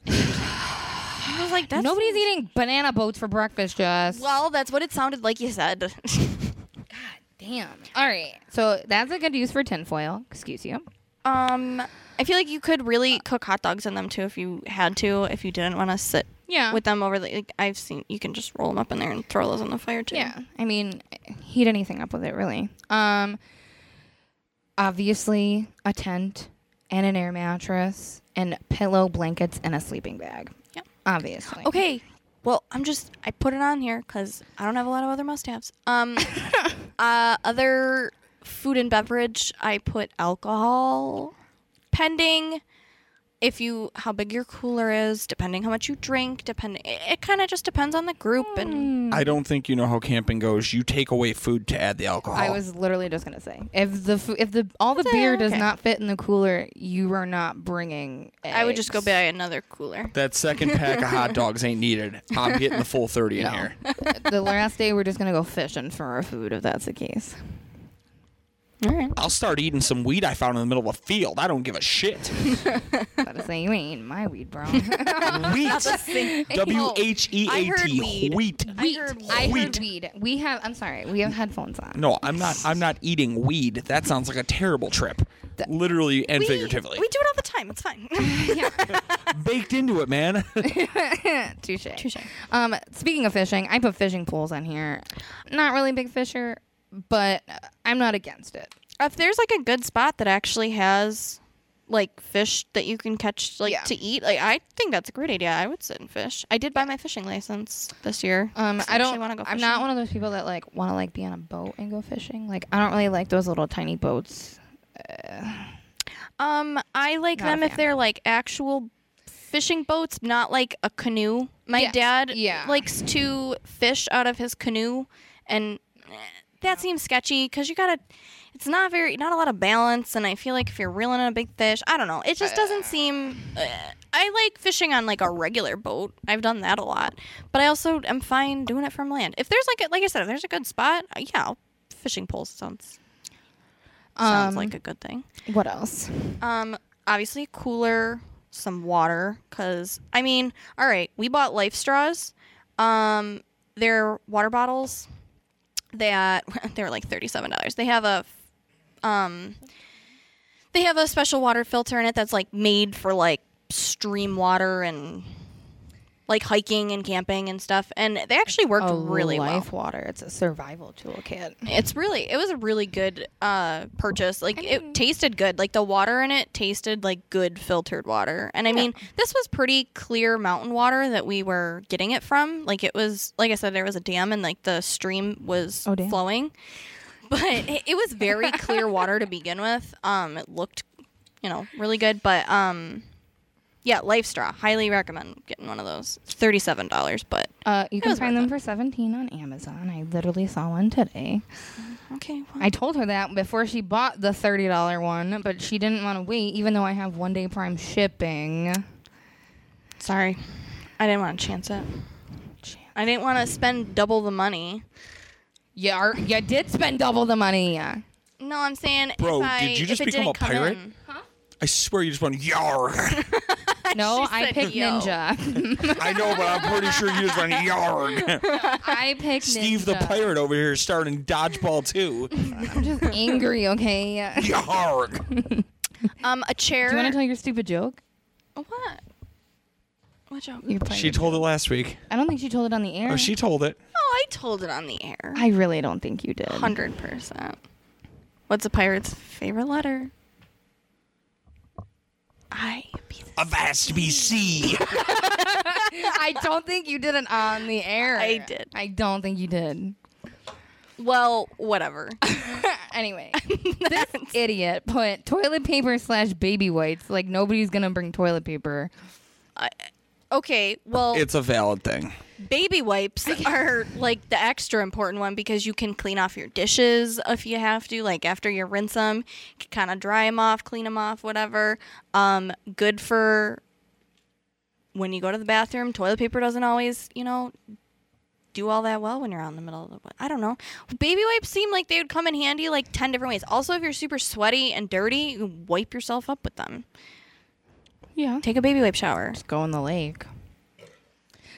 Speaker 2: I was like, that's
Speaker 4: Nobody's eating banana boats for breakfast, Jess.
Speaker 2: Well, that's what it sounded like you said.
Speaker 4: Damn. All right. So that's a good use for tinfoil. Excuse you.
Speaker 2: um, I feel like you could really cook hot dogs in them too if you had to. If you didn't want to sit
Speaker 4: Yeah.
Speaker 2: with them over the, like, I've seen you can just roll them up in there and throw those on the fire too.
Speaker 4: Yeah, I mean, heat anything up with it, really. Um, obviously, a tent and an air mattress and pillow, blankets, and a sleeping bag.
Speaker 2: Yep.
Speaker 4: Obviously.
Speaker 2: Okay. Well, I'm just I put it on here because I don't have a lot of other must-haves. Um, uh, other food and beverage, I put alcohol, pending. If you how big your cooler is, depending how much you drink, depend. It, it kind of just depends on the group and
Speaker 5: I don't think you know how camping goes. You take away food to add the alcohol.
Speaker 4: I was literally just gonna say if the fu- if the all the beer does
Speaker 2: okay.
Speaker 4: not fit in the cooler, you are not bringing.
Speaker 2: I would just go
Speaker 4: eggs.
Speaker 2: buy another cooler.
Speaker 5: that second pack of hot dogs ain't needed. I'm getting the full 30 in here.
Speaker 4: the last day, we're just gonna go fishing for our food if that's the case.
Speaker 2: All right.
Speaker 5: I'll start eating some weed I found in the middle of a field. I don't give a shit.
Speaker 4: Gotta say, you ain't eating my weed, bro.
Speaker 5: Wheat. W H E
Speaker 2: I
Speaker 5: A
Speaker 2: heard
Speaker 5: T.
Speaker 2: weed.
Speaker 5: Wheat.
Speaker 2: I heard
Speaker 4: I
Speaker 5: Wheat.
Speaker 4: heard weed. We have. I'm sorry. We have headphones on.
Speaker 5: No, I'm not. I'm not eating weed. That sounds like a terrible trip, literally and figuratively.
Speaker 2: We do it all the time. It's fine.
Speaker 5: Baked into it, man.
Speaker 4: Touche. Um, speaking of fishing, I put fishing pools on here. Not really a big fisher, but uh, I'm not against it.
Speaker 2: if there's like a good spot that actually has like fish that you can catch like
Speaker 4: Yeah.
Speaker 2: to eat like i think that's a great idea i would sit and fish i did buy my fishing license this year
Speaker 4: Um,
Speaker 2: so
Speaker 4: I don't.
Speaker 2: want to go
Speaker 4: I'm
Speaker 2: fishing.
Speaker 4: not one of those people that like want to like be on a boat and go fishing. Like I don't really like those little tiny boats.
Speaker 2: um i like
Speaker 4: Not a
Speaker 2: them if
Speaker 4: fan.
Speaker 2: they're like actual fishing boats not like a canoe my
Speaker 4: Yes.
Speaker 2: dad
Speaker 4: Yeah.
Speaker 2: likes to fish out of his canoe and eh, that seems sketchy because you gotta it's not very not a lot of balance and i feel like if you're reeling in a big fish i don't know it just doesn't seem uh, i like fishing on like a regular boat i've done that a lot but i also am fine doing it from land if there's like a, like i said if there's a good spot uh, yeah I'll- fishing poles sounds sounds
Speaker 4: Um,
Speaker 2: like a good thing
Speaker 4: What else?
Speaker 2: um, obviously a cooler, some water, because I mean, all right, we bought life straws. Um, they're water bottles that they were like thirty-seven dollars. They have a, um, they have a special water filter in it that's like made for like stream water and like hiking and camping and stuff. And they actually worked really well
Speaker 4: life water. It's a survival toolkit.
Speaker 2: it's really it was a really good uh purchase like it tasted good like the water in it tasted like good filtered water and i mean this was pretty clear mountain water that we were getting it from like it was like i said there was a dam and like the stream was
Speaker 4: Oh, damn.
Speaker 2: flowing but it, it was very clear water to begin with um it looked you know really good but um yeah life straw highly recommend getting one of those It's $37 but
Speaker 4: Uh, you can
Speaker 2: was
Speaker 4: find
Speaker 2: worth
Speaker 4: them for 17 on Amazon. I literally saw one today.
Speaker 2: okay well,
Speaker 4: I told her that before she bought the $30 one, but she didn't want to wait, even though I have one day prime shipping.
Speaker 2: sorry i didn't want to chance it
Speaker 4: Chance.
Speaker 2: I didn't want to spend double the money.
Speaker 4: You are, you did spend double the money.
Speaker 2: No, I'm saying.
Speaker 5: Bro,
Speaker 2: if I,
Speaker 5: did you just
Speaker 2: if it
Speaker 5: become a
Speaker 2: didn't come
Speaker 5: pirate?
Speaker 2: in.
Speaker 5: I swear you just went yar.
Speaker 4: No,
Speaker 2: She
Speaker 4: I
Speaker 2: said
Speaker 4: picked
Speaker 2: yo.
Speaker 4: ninja.
Speaker 5: I know, but I'm pretty sure you just went yar.
Speaker 4: I picked
Speaker 5: Steve the
Speaker 4: ninja.
Speaker 5: pirate over here starting dodgeball too.
Speaker 4: I'm just angry. Okay. do
Speaker 5: Yar.
Speaker 2: Um, a chair.
Speaker 4: you want to tell your stupid joke?
Speaker 2: what? Watch out.
Speaker 4: You're playing.
Speaker 5: She told it last week.
Speaker 4: I don't think she told it on the air.
Speaker 5: Oh, she told it.
Speaker 2: Oh, I told it on the air.
Speaker 4: I really don't think you did.
Speaker 2: Hundred percent. What's a pirate's favorite letter? I. Be the-
Speaker 5: Avast me, see.
Speaker 4: I don't think you did it on the air.
Speaker 2: I did.
Speaker 4: I don't think you did.
Speaker 2: well, whatever.
Speaker 4: Anyway, this idiot put toilet paper slash baby wipes. Like nobody's gonna bring toilet paper.
Speaker 2: okay. Well,
Speaker 5: It's a valid thing.
Speaker 2: baby wipes are like the extra important one because you can clean off your dishes if you have to. Like after you rinse them, kind of dry them off, clean them off, whatever. Um, good for when you go to the bathroom. Toilet paper doesn't always, you know, do all that well when you're out in the middle of the. I don't know. Baby wipes seem like they would come in handy like ten different ways. Also, if you're super sweaty and dirty, you can wipe yourself up with them.
Speaker 4: Yeah.
Speaker 2: Take a baby wipe shower.
Speaker 4: Go in the lake.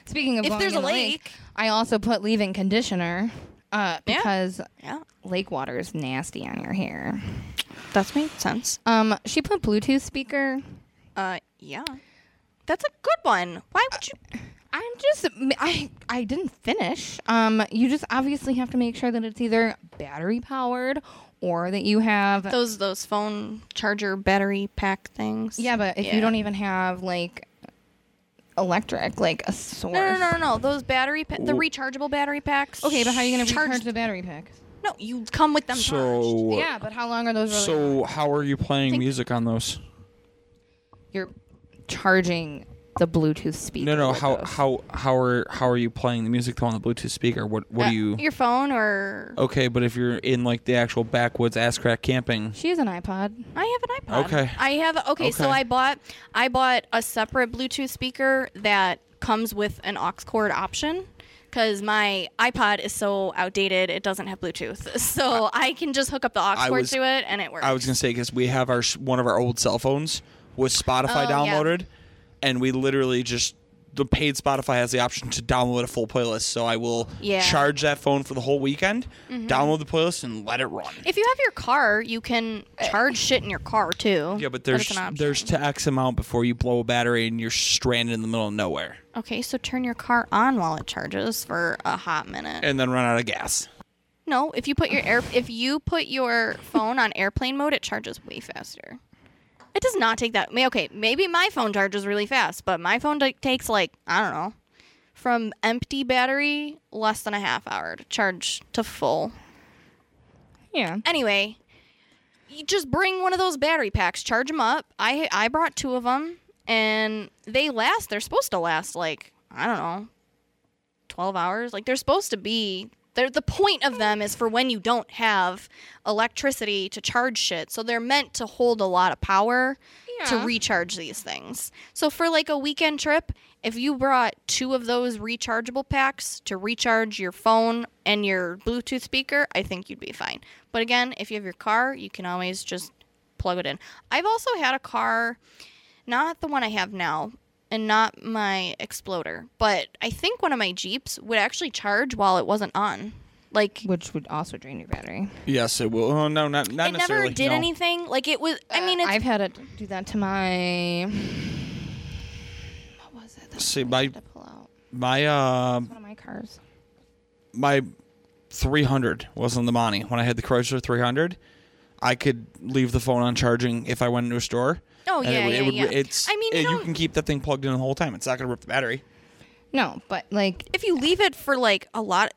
Speaker 4: Speaking of
Speaker 2: If
Speaker 4: going
Speaker 2: there's
Speaker 4: in
Speaker 2: a
Speaker 4: the
Speaker 2: lake.
Speaker 4: I also put leave-in conditioner uh,
Speaker 2: Yeah.
Speaker 4: because
Speaker 2: Yeah,
Speaker 4: lake water is nasty on your hair.
Speaker 2: that's made sense.
Speaker 4: Um, she put Bluetooth speaker.
Speaker 2: Uh, yeah. That's a good one. Why would
Speaker 5: Uh,
Speaker 2: you?
Speaker 4: I'm just I I didn't finish. Um, you just obviously have to make sure that it's either battery powered or that you have
Speaker 2: Those those phone charger battery pack things.
Speaker 4: Yeah, but if
Speaker 2: Yeah.
Speaker 4: you don't even have like electric, like a source.
Speaker 2: No, no, no, no, no. Those battery pa- the rechargeable battery packs.
Speaker 4: Okay, but how are you gonna
Speaker 2: Charge-
Speaker 4: recharge the battery pack?
Speaker 2: No, you come with them charged.
Speaker 5: So,
Speaker 4: Yeah, but how long are those? Really
Speaker 5: so how are you playing
Speaker 2: Think-
Speaker 5: music on those?
Speaker 4: you're charging the Bluetooth speaker.
Speaker 5: No, no.
Speaker 4: with
Speaker 5: How
Speaker 4: those.
Speaker 5: how how are how are you playing the music though on the Bluetooth speaker? What what
Speaker 2: Uh,
Speaker 5: do you? Oh,
Speaker 2: Your phone or
Speaker 5: Okay, but if you're in like the actual backwoods ass crack camping,
Speaker 4: She has an iPod.
Speaker 2: I have an iPod.
Speaker 5: Okay.
Speaker 2: I have okay, So
Speaker 5: Okay.
Speaker 2: I bought I bought a separate Bluetooth speaker that comes with an aux cord option because my iPod is so outdated it doesn't have Bluetooth. So I can just hook up the aux
Speaker 5: I
Speaker 2: cord
Speaker 5: was-
Speaker 2: to it and it works.
Speaker 5: I was gonna say because we have our s- one of our old cell phones was Spotify
Speaker 2: Oh, yeah.
Speaker 5: downloaded, and we literally just the paid Spotify has the option to download a full playlist. So I will
Speaker 2: Yeah. Mm-hmm.
Speaker 5: charge that phone for the whole weekend, download the playlist, and let it run.
Speaker 2: If you have your car, you can charge shit in your car too.
Speaker 5: Yeah, but
Speaker 2: That is
Speaker 5: there's
Speaker 2: an option.
Speaker 5: there's to X amount before you blow a battery and you're stranded in the middle of nowhere,
Speaker 2: okay. So turn your car on while it charges for a hot minute.
Speaker 5: and then run out of gas.
Speaker 2: no, if you put your air if you put your phone on airplane mode, it charges way faster. It does not take that. may- Okay, maybe my phone charges really fast, but my phone like, takes like I don't know, from empty battery less than a half hour to charge to full.
Speaker 4: Yeah.
Speaker 2: anyway, you just bring one of those battery packs, charge them up. I I brought two of them, and they last. They're supposed to last like I don't know, twelve hours. Like they're supposed to be. They're, the point of them is for when you don't have electricity to charge shit. So they're meant to hold a lot of power to recharge these things. So for like a weekend trip, if you brought two of those rechargeable packs to recharge your phone and your Bluetooth speaker, I think you'd be fine. But again, if you have your car, you can always just plug it in. I've also had a car, not the one I have now, and not my Exploder, but I think one of my Jeeps would actually charge while it wasn't on. Like
Speaker 4: Which would also drain your battery.
Speaker 5: Yes, it will. Oh, no, not not
Speaker 2: it
Speaker 5: necessarily.
Speaker 2: never did
Speaker 5: no.
Speaker 2: anything. Like it was. I mean, it's
Speaker 4: I've had it do that to my. What was it? that
Speaker 5: See,
Speaker 4: I
Speaker 5: my-
Speaker 4: had to pull out?
Speaker 5: My uh,
Speaker 4: One of my cars.
Speaker 5: my 300 was on the money when I had the Chrysler 300. I could leave the phone on charging if I went into a store.
Speaker 2: Oh,
Speaker 5: and it
Speaker 2: yeah,
Speaker 5: would- it
Speaker 2: yeah,
Speaker 5: would-
Speaker 2: yeah.
Speaker 5: It's,
Speaker 2: I mean, you
Speaker 5: it- you
Speaker 2: don't-
Speaker 5: can keep that thing plugged in the whole time. It's not gonna rip the battery.
Speaker 4: No, but like
Speaker 2: if you leave it for like a lot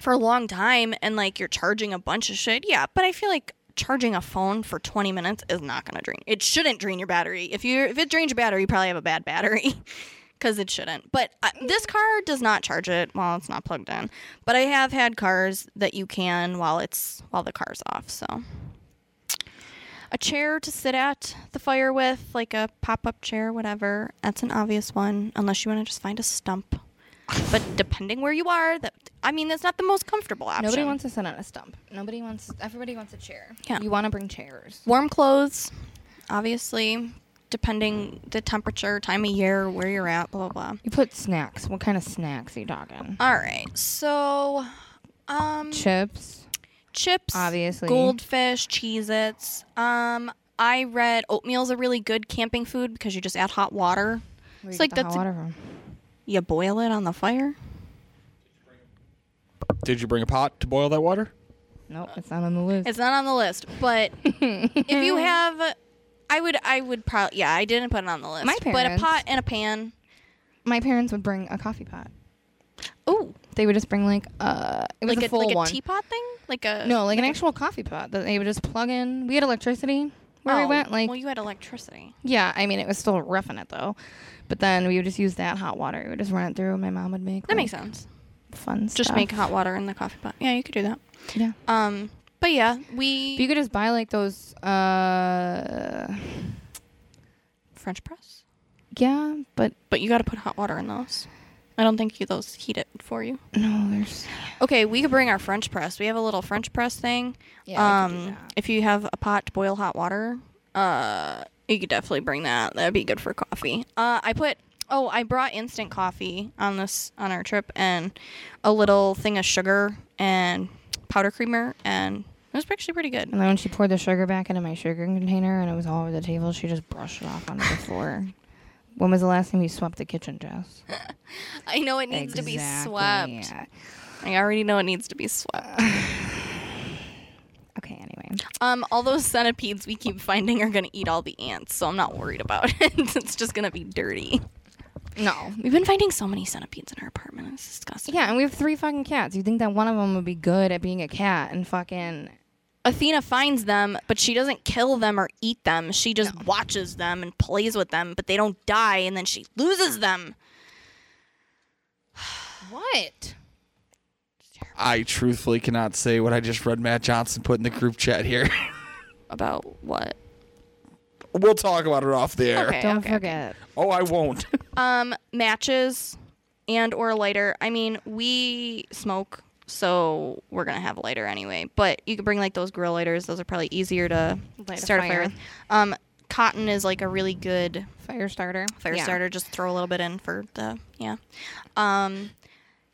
Speaker 2: for a long time and like you're charging a bunch of shit, yeah. But I feel like charging a phone for 20 minutes is not going to drain. It shouldn't drain your battery. If you if it drains your battery, you probably have a bad battery cuz it shouldn't. But uh, this car does not charge it while it's not plugged in. But I have had cars that you can while it's while the car's off, so a chair to sit at the fire with, like a pop-up chair, whatever. That's an obvious one, unless you want to just find a stump. But depending where you are, that I mean, that's not the most comfortable option.
Speaker 4: nobody wants to sit on a stump. Nobody wants. Everybody wants a chair.
Speaker 2: Yeah.
Speaker 4: You want to bring chairs.
Speaker 2: warm clothes, obviously, depending the temperature, time of year, where you're at, blah blah blah.
Speaker 4: You put snacks. What kind of snacks are you talking?
Speaker 2: All right, so um,
Speaker 4: Chips.
Speaker 2: chips,
Speaker 4: Obviously.
Speaker 2: goldfish, Cheez-Its. Um, I read oatmeal's a really good camping food because you just add hot water It's like that's
Speaker 4: water from.
Speaker 2: you boil it on the fire.
Speaker 5: Did you bring a pot to boil that water?
Speaker 4: Nope, it's not on the list.
Speaker 2: It's not on the list, but if you have, I would, I would probably, yeah, I didn't put it on the list.
Speaker 4: My
Speaker 2: but a
Speaker 4: parents-
Speaker 2: pot and a pan.
Speaker 4: My parents would bring a coffee pot.
Speaker 2: Oh,
Speaker 4: They would just bring like uh, it was
Speaker 2: like
Speaker 4: a
Speaker 2: a,
Speaker 4: full
Speaker 2: like
Speaker 4: one.
Speaker 2: a teapot thing, like a
Speaker 4: no, like an actual coffee pot that they would just plug in. We had electricity where we
Speaker 2: Oh,
Speaker 4: went. Like
Speaker 2: well, you had electricity.
Speaker 4: yeah, I mean it was still roughing it though, but then we would just use that hot water. We would just run it through. My mom would make
Speaker 2: That
Speaker 4: like,
Speaker 2: makes sense.
Speaker 4: fun.
Speaker 2: Just
Speaker 4: stuff.
Speaker 2: make hot water in the coffee pot. Yeah, you could do that.
Speaker 4: yeah.
Speaker 2: Um, but yeah,
Speaker 4: If you
Speaker 2: we
Speaker 4: could just buy like those uh,
Speaker 2: French press,
Speaker 4: yeah, but
Speaker 2: but you got to put hot water in those. I don't think you those heat it for you.
Speaker 4: no, there's
Speaker 2: Okay, we could bring our French press. We have a little French press thing.
Speaker 4: Yeah, we could do
Speaker 2: um,
Speaker 4: that.
Speaker 2: if you have a pot to boil hot water, uh, you could definitely bring that. That'd be good for coffee. Uh, I put oh, I brought instant coffee on this on our trip and a little thing of sugar and powder creamer, and it was actually pretty good.
Speaker 4: And then when she poured the sugar back into my sugar container and it was all over the table, she just brushed it off onto the floor. When was the last time you swept the kitchen, Jess?
Speaker 2: I know it needs to be swept. I already know it needs to be swept.
Speaker 4: Okay, anyway.
Speaker 2: Um, all those centipedes we keep finding are gonna eat all the ants, so I'm not worried about it. it's just gonna be dirty.
Speaker 4: No.
Speaker 2: We've been finding so many centipedes in our apartment. It's disgusting.
Speaker 4: Yeah, and we have three fucking cats. You'd think that one of them would be good at being a cat and fucking.
Speaker 2: Athena finds them, but she doesn't kill them or eat them. She just watches them and plays with them, but they don't die, and then she loses them.
Speaker 4: What?
Speaker 5: I truthfully cannot say what I just read Matt Johnson put in the group chat here.
Speaker 2: About what?
Speaker 5: we'll talk about it off the air.
Speaker 2: Okay,
Speaker 4: Don't
Speaker 2: okay.
Speaker 4: forget.
Speaker 5: Oh, I won't.
Speaker 2: Um, matches and or a lighter. I mean, we smoke, so we're gonna have a lighter anyway. But you could bring like those grill lighters. Those are probably easier to
Speaker 4: Light a
Speaker 2: start a
Speaker 4: fire.
Speaker 2: fire with. Um, cotton is like a really good
Speaker 4: Fire starter.
Speaker 2: fire
Speaker 4: Yeah.
Speaker 2: starter. Just throw a little bit in for the yeah. Um,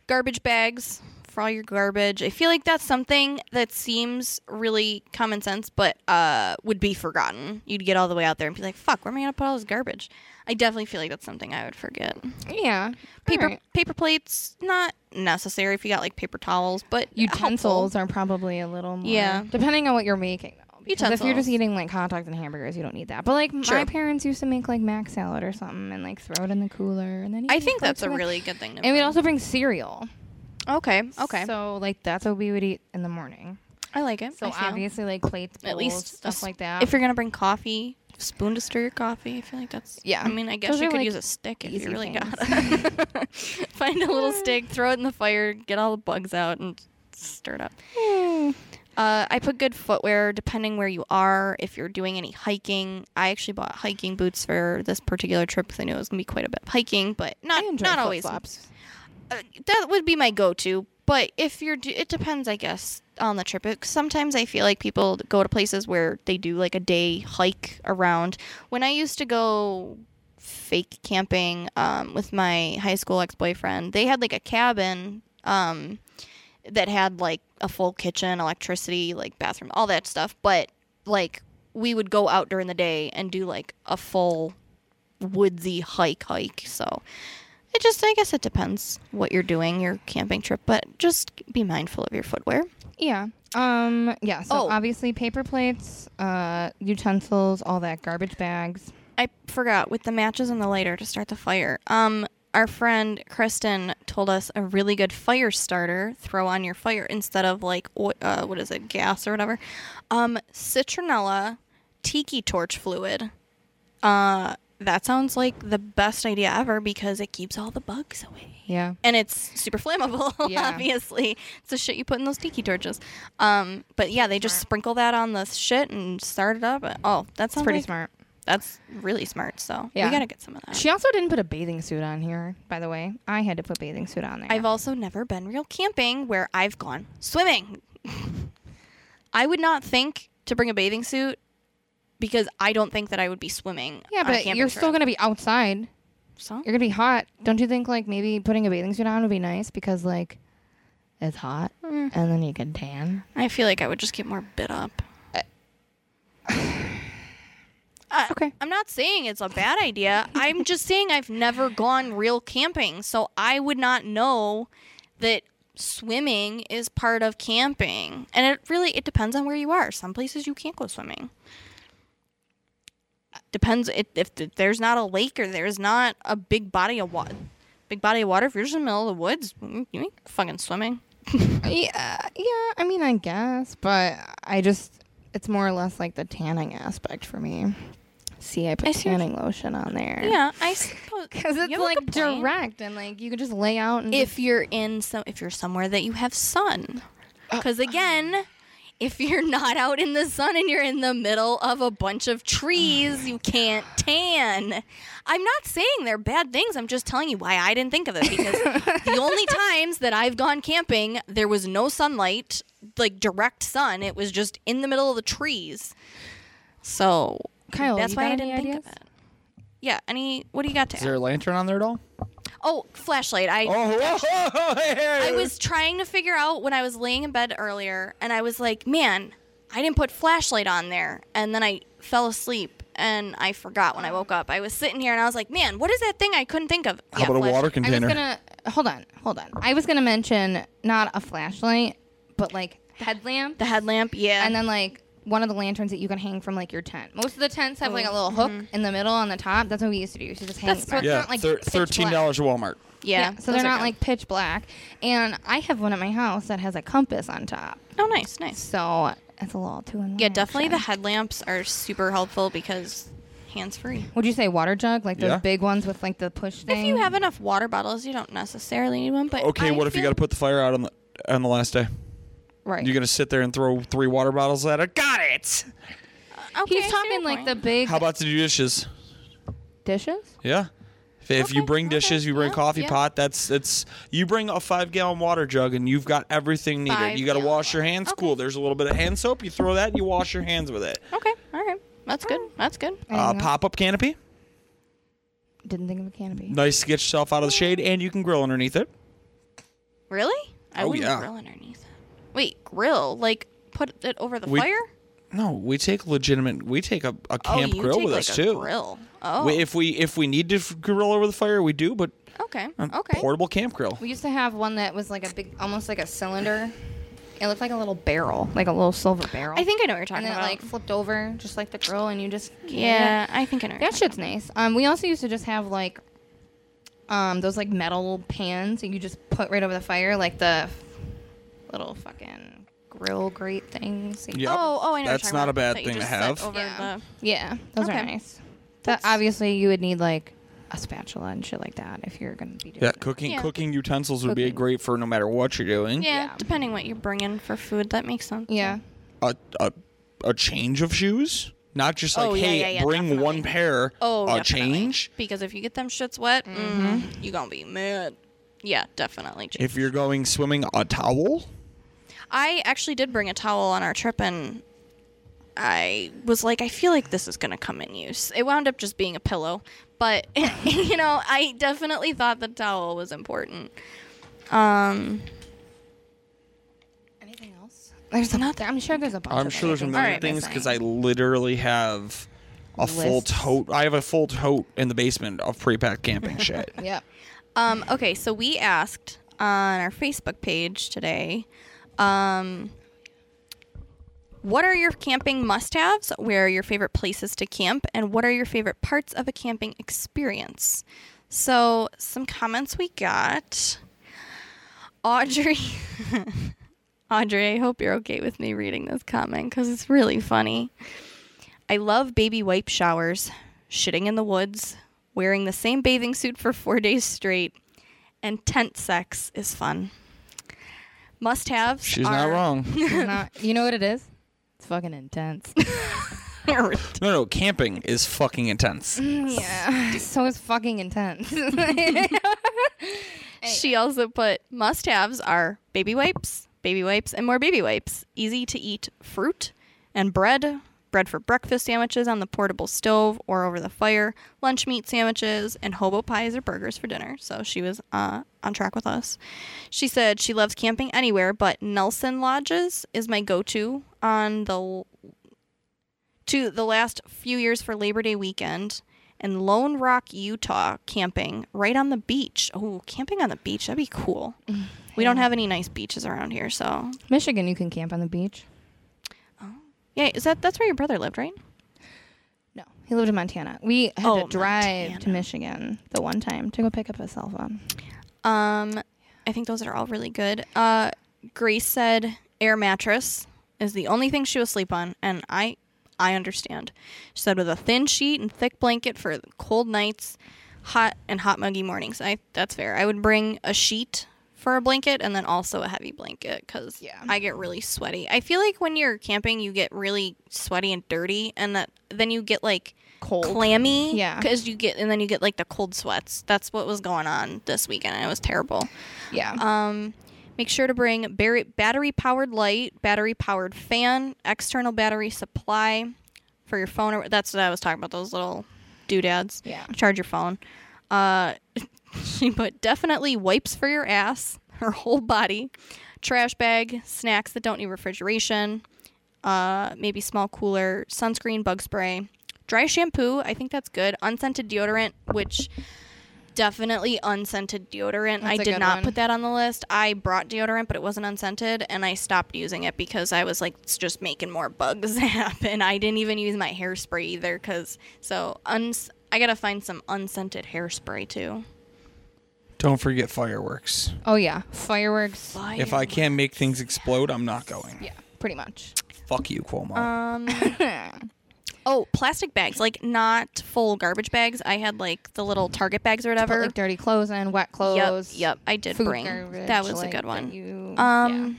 Speaker 2: garbage bags for all your garbage. I feel like that's something that seems really common sense, but uh, would be forgotten. You'd get all the way out there and be like, "Fuck, where am I gonna put all this garbage?" I definitely feel like that's something I would forget.
Speaker 4: Yeah.
Speaker 2: Paper
Speaker 4: Alright.
Speaker 2: paper plates not necessary if you got like paper towels, but
Speaker 4: Utensils
Speaker 2: helpful.
Speaker 4: are probably a little more.
Speaker 2: Yeah.
Speaker 4: Depending on what you're making, though. Because if you're
Speaker 2: Utensils.
Speaker 4: just eating like hot dogs and hamburgers, you don't need that. But like my
Speaker 2: Sure.
Speaker 4: parents used to make like mac salad or something and like throw it in the cooler and then. you
Speaker 2: I
Speaker 4: can
Speaker 2: think
Speaker 4: throw it
Speaker 2: that's
Speaker 4: to
Speaker 2: a
Speaker 4: the-
Speaker 2: really good thing to.
Speaker 4: And we'd
Speaker 2: bring.
Speaker 4: also bring cereal.
Speaker 2: okay, okay,
Speaker 4: So like that's what we would eat in the morning.
Speaker 2: I like it.
Speaker 4: So
Speaker 2: I feel.
Speaker 4: obviously like plates,
Speaker 2: at
Speaker 4: bowls,
Speaker 2: least a
Speaker 4: stuff
Speaker 2: s-
Speaker 4: like that.
Speaker 2: If you're gonna bring coffee, spoon to stir your coffee. I feel like that's
Speaker 4: Yeah.
Speaker 2: I mean, I guess
Speaker 4: Those
Speaker 2: you
Speaker 4: are,
Speaker 2: could
Speaker 4: like,
Speaker 2: use a stick if
Speaker 4: easy
Speaker 2: you really
Speaker 4: things.
Speaker 2: gotta find a little stick, throw it in the fire, get all the bugs out, and stir it up. Uh, I put good footwear depending where you are. If you're doing any hiking, I actually bought hiking boots for this particular trip because I knew it was gonna be quite a bit of hiking, but not
Speaker 4: I enjoy
Speaker 2: Hmm, not always
Speaker 4: flip-flops.
Speaker 2: uh, that would be my go-to but if you're do- it depends i guess on the trip it, sometimes i feel like people go to places where they do like a day hike around when i used to go fake camping um, with my high school ex-boyfriend they had like a cabin um, that had like a full kitchen electricity like bathroom all that stuff but like we would go out during the day and do like a full woodsy hike hike so it just, I guess it depends what you're doing, your camping trip, but just be mindful of your footwear.
Speaker 4: Yeah. Um. Yeah. So
Speaker 2: Oh.
Speaker 4: obviously paper plates, uh, utensils, all that garbage bags.
Speaker 2: I forgot with the matches and the lighter to start the fire. Um, our friend Kristen told us a really good fire starter. Throw on your fire instead of like oi- uh, what is it, gas or whatever. Um, citronella, tiki torch fluid. Uh, that sounds like the best idea ever because it keeps all the bugs away.
Speaker 4: Yeah.
Speaker 2: and it's super flammable
Speaker 4: Yeah.
Speaker 2: obviously it's the shit you put in those tiki torches um but yeah they just sprinkle that on the shit and start it up oh that's
Speaker 4: It's pretty smart.
Speaker 2: that's really smart so
Speaker 4: Yeah.
Speaker 2: we gotta get some of that
Speaker 4: She also didn't put a bathing suit on here, by the way. I had to put bathing suit on there.
Speaker 2: i've also never been real camping where i've gone swimming i would not think to bring a bathing suit because i don't think that i would be swimming
Speaker 4: yeah,
Speaker 2: on a
Speaker 4: but
Speaker 2: camping
Speaker 4: you're still
Speaker 2: trip.
Speaker 4: gonna be outside.
Speaker 2: so
Speaker 4: You're gonna be hot. Don't you think like maybe putting a bathing suit on would be nice because like it's hot
Speaker 2: Hmm.
Speaker 4: and then you can tan.
Speaker 2: i feel like i would just get more bit up I-
Speaker 4: Okay.
Speaker 2: I'm not saying it's a bad idea. I'm just saying I've never gone real camping, so I would not know that swimming is part of camping. And it really it depends on where you are. Some places you can't go swimming. Depends if, if th- there's not a lake or there's not a big body of water. Big body of water. If you're just in the middle of the woods, you ain't fucking swimming.
Speaker 4: Yeah, uh, yeah. I mean, I guess, but I just it's more or less like the tanning aspect for me. See, I put
Speaker 2: I see what
Speaker 4: tanning lotion on there.
Speaker 2: Yeah, I suppose
Speaker 4: because it's
Speaker 2: you have a
Speaker 4: like
Speaker 2: good point.
Speaker 4: direct and like you can just lay out and
Speaker 2: if you're in some if you're somewhere that you have sun because again if you're not out in the sun and you're in the middle of a bunch of trees you can't tan i'm not saying they're bad things i'm just telling you why i didn't think of it because the only times that i've gone camping there was no sunlight like direct sun it was just in the middle of the trees so
Speaker 4: Kyle,
Speaker 2: that's
Speaker 4: you
Speaker 2: why
Speaker 4: got
Speaker 2: i
Speaker 4: any
Speaker 2: didn't think of
Speaker 4: ideas?
Speaker 2: it yeah any what do you got to
Speaker 5: Is there
Speaker 2: add?
Speaker 5: a lantern on there at all?
Speaker 2: oh flashlight i
Speaker 5: Oh, whoa,
Speaker 2: I
Speaker 5: Oh.
Speaker 2: was trying to figure out when I was laying in bed earlier, and I was like, man, I didn't put flashlight on there. And then I fell asleep and I forgot when I woke up. I was sitting here and I was like, man, what is that thing I couldn't think of?
Speaker 5: How about a water
Speaker 4: I was
Speaker 5: container?
Speaker 4: gonna hold on, hold on. I was gonna mention not a flashlight, but like headlamp,
Speaker 2: The headlamp, yeah.
Speaker 4: and then like one of the lanterns that you can hang from like your tent. Most of the tents have like a little hook in the middle on the top. That's what we used to do. You should just hang.
Speaker 2: Oh. Mm-hmm. That's
Speaker 4: so it's
Speaker 5: yeah,
Speaker 4: not, like,
Speaker 5: thir-
Speaker 4: pitch
Speaker 5: thirteen
Speaker 4: black.
Speaker 5: dollars at Walmart.
Speaker 2: yeah.
Speaker 4: so
Speaker 2: those
Speaker 4: they're
Speaker 2: are
Speaker 4: not
Speaker 2: good.
Speaker 4: like pitch black. And I have one at my house that has a compass on top.
Speaker 2: oh, nice, nice.
Speaker 4: So it's a little two in one.
Speaker 2: Yeah, definitely the
Speaker 4: action.
Speaker 2: headlamps are super helpful because hands free.
Speaker 4: Would you say water jug? Like those
Speaker 5: Yeah.
Speaker 4: big ones with like the push
Speaker 2: If
Speaker 4: thing?
Speaker 2: you have enough water bottles, you don't necessarily need one. But
Speaker 5: Okay,
Speaker 2: I
Speaker 5: what if you
Speaker 2: feel-
Speaker 5: got to put the fire out on the on the last day?
Speaker 4: Right.
Speaker 5: You're gonna sit there and throw three water bottles at it. Got it.
Speaker 2: Okay,
Speaker 4: He's
Speaker 2: I see your
Speaker 4: talking like
Speaker 2: point.
Speaker 4: the big
Speaker 5: How about to do dishes?
Speaker 4: dishes?
Speaker 5: Yeah. If, if you
Speaker 2: Okay,
Speaker 5: bring
Speaker 2: okay,
Speaker 5: dishes, you bring
Speaker 2: yeah,
Speaker 5: coffee
Speaker 2: yeah.
Speaker 5: pot. That's it's. You bring a five gallon water jug, and you've got everything needed.
Speaker 2: Five
Speaker 5: you got to
Speaker 2: gallon
Speaker 5: wash your hands. Cool. There's a little bit of hand soap. You throw that. You wash your hands with it.
Speaker 2: Okay, all right. That's good. That's good.
Speaker 5: Uh, Pop up canopy.
Speaker 4: Didn't think of a canopy.
Speaker 5: Nice to get yourself out of the shade, and you can grill underneath it.
Speaker 2: Really? I
Speaker 5: Oh,
Speaker 2: wouldn't
Speaker 5: yeah.
Speaker 2: grill underneath it. Wait, grill? Like put it over the
Speaker 5: We-
Speaker 2: fire?
Speaker 5: No, we take legitimate. We take a, a camp
Speaker 2: oh, you
Speaker 5: grill
Speaker 2: take
Speaker 5: with
Speaker 2: like
Speaker 5: us
Speaker 2: a
Speaker 5: too.
Speaker 2: Grill. Oh.
Speaker 5: We, if we if we need to f- grill over the fire, we do. But
Speaker 2: okay.
Speaker 5: a
Speaker 2: Okay.
Speaker 5: portable camp grill.
Speaker 4: We used to have one that was like a big, almost like a cylinder. It looked like a little barrel, like a little silver barrel.
Speaker 2: I think I know what you're
Speaker 4: And
Speaker 2: talking
Speaker 4: then it
Speaker 2: about.
Speaker 4: like flipped over, just like the grill, and you just
Speaker 2: yeah, I think I know. what you're
Speaker 4: That shit's nice. Um, we also used to just have like, um, those like metal pans that you just put right over the fire, like the f- little fucking grill grate things.
Speaker 5: Yeah.
Speaker 2: talking- Oh, oh, I know. what you're
Speaker 5: That's
Speaker 2: talking
Speaker 5: not
Speaker 2: about.
Speaker 5: a bad
Speaker 2: That you
Speaker 5: thing to
Speaker 2: just
Speaker 5: have.
Speaker 2: set over
Speaker 4: Yeah.
Speaker 2: the-
Speaker 4: Yeah, those
Speaker 2: Okay.
Speaker 4: are nice. That obviously you would need like a spatula and shit like that if you're gonna be doing.
Speaker 5: Yeah,
Speaker 4: it.
Speaker 5: cooking
Speaker 2: Yeah.
Speaker 5: cooking utensils would be
Speaker 4: Cooking.
Speaker 5: great for no matter what you're doing.
Speaker 2: yeah,
Speaker 4: Yeah.
Speaker 2: depending what you bring in for food, that makes sense.
Speaker 4: Yeah.
Speaker 5: A a, a change of shoes, not just like
Speaker 2: Oh, yeah,
Speaker 5: hey,
Speaker 2: yeah, yeah,
Speaker 5: bring
Speaker 2: definitely.
Speaker 5: one pair.
Speaker 2: Oh,
Speaker 5: a
Speaker 2: definitely.
Speaker 5: change.
Speaker 2: Because if you get them shits wet, mm, you gonna be mad. Yeah, definitely. change.
Speaker 5: If you're going swimming, a towel.
Speaker 2: I actually did bring a towel on our trip and I was like, I feel like this is going to come in use. It wound up just being a pillow, but you know, I definitely thought the towel was important. Um,
Speaker 4: Anything else? There's nothing. I'm sure there's a bunch.
Speaker 5: I'm
Speaker 4: of
Speaker 5: sure there's a
Speaker 4: other
Speaker 5: million
Speaker 2: Alright,
Speaker 5: things
Speaker 4: things
Speaker 5: because I literally have a full
Speaker 4: Lists.
Speaker 5: tote. I have a full tote in the basement of pre-packed camping shit.
Speaker 4: missing. Yep.
Speaker 2: um, okay, so we asked on our Facebook page today, um, what are your camping must-haves? Where are your favorite places to camp, and what are your favorite parts of a camping experience? So, some comments we got. Audrey. Audrey, I hope you're okay with me reading this comment because it's really funny. I love baby wipe showers, shitting in the woods, wearing the same bathing suit for four days straight, and tent sex is fun. Must have.
Speaker 5: She's not wrong.
Speaker 4: It's not- you know what it is? It's fucking intense.
Speaker 5: No, no, camping is fucking intense.
Speaker 2: Mm.
Speaker 4: yeah. So it's fucking intense.
Speaker 2: She also put must haves are baby wipes, baby wipes, and more baby wipes. Easy to eat fruit and bread, bread for breakfast sandwiches on the portable stove or over the fire, lunch meat sandwiches, and hobo pies or burgers for dinner. So she was uh, on track with us. She said she loves camping anywhere, but Nelson Lodges is my go to on the to the last few years for Labor Day weekend in Lone Rock, Utah, camping right on the beach. Oh, camping on the beach. That'd be cool. We don't have any nice beaches around here, so.
Speaker 4: Michigan, you can camp on the beach.
Speaker 2: Yeah, is that that's where your brother lived, right?
Speaker 4: No, he lived in Montana. We had
Speaker 2: Oh,
Speaker 4: to drive to
Speaker 2: Montana.
Speaker 4: Michigan the one time to go pick up his cell phone.
Speaker 2: Um, I think those are all really good. Uh, Grace said air mattress is the only thing she will sleep on, and I, I understand. She said with a thin sheet and thick blanket for cold nights, hot and hot muggy mornings. I that's fair. I would bring a sheet for a blanket and then also a heavy blanket because
Speaker 4: Yeah.
Speaker 2: I get really sweaty. I feel like when you're camping, you get really sweaty and dirty, and that then you get like
Speaker 4: Cold.
Speaker 2: clammy
Speaker 4: Yeah.
Speaker 2: because you get and then you get like the cold sweats that's what was going on this weekend and it was terrible
Speaker 4: Yeah.
Speaker 2: um make sure to bring battery powered light battery powered fan external battery supply for your phone or that's what i was talking about those little doodads
Speaker 4: Yeah.
Speaker 2: charge your phone uh she put definitely wipes for your ass her whole body trash bag snacks that don't need refrigeration uh, maybe small cooler, sunscreen, bug spray, dry shampoo. I think that's good. Unscented deodorant, which definitely unscented deodorant.
Speaker 4: That's
Speaker 2: I
Speaker 4: a
Speaker 2: did
Speaker 4: good
Speaker 2: not
Speaker 4: one.
Speaker 2: put that on the list. I brought deodorant, but it wasn't unscented, and I stopped using it because I was like, it's just making more bugs happen. I didn't even use my hairspray either, because so uns. I gotta find some unscented hairspray too.
Speaker 5: Don't forget fireworks.
Speaker 4: oh yeah, fireworks.
Speaker 5: If I can't make things explode, I'm not going.
Speaker 4: Yeah, pretty much.
Speaker 5: Fuck you, Cuomo.
Speaker 2: Um, oh, plastic bags, like not full garbage bags. I had like the little Target bags or
Speaker 4: Put
Speaker 2: whatever.
Speaker 4: like dirty clothes in, wet clothes.
Speaker 2: Yep, yep. I did
Speaker 4: food
Speaker 2: bring.
Speaker 4: garbage,
Speaker 2: that was
Speaker 4: like,
Speaker 2: a good one.
Speaker 4: that you- yeah.
Speaker 2: um,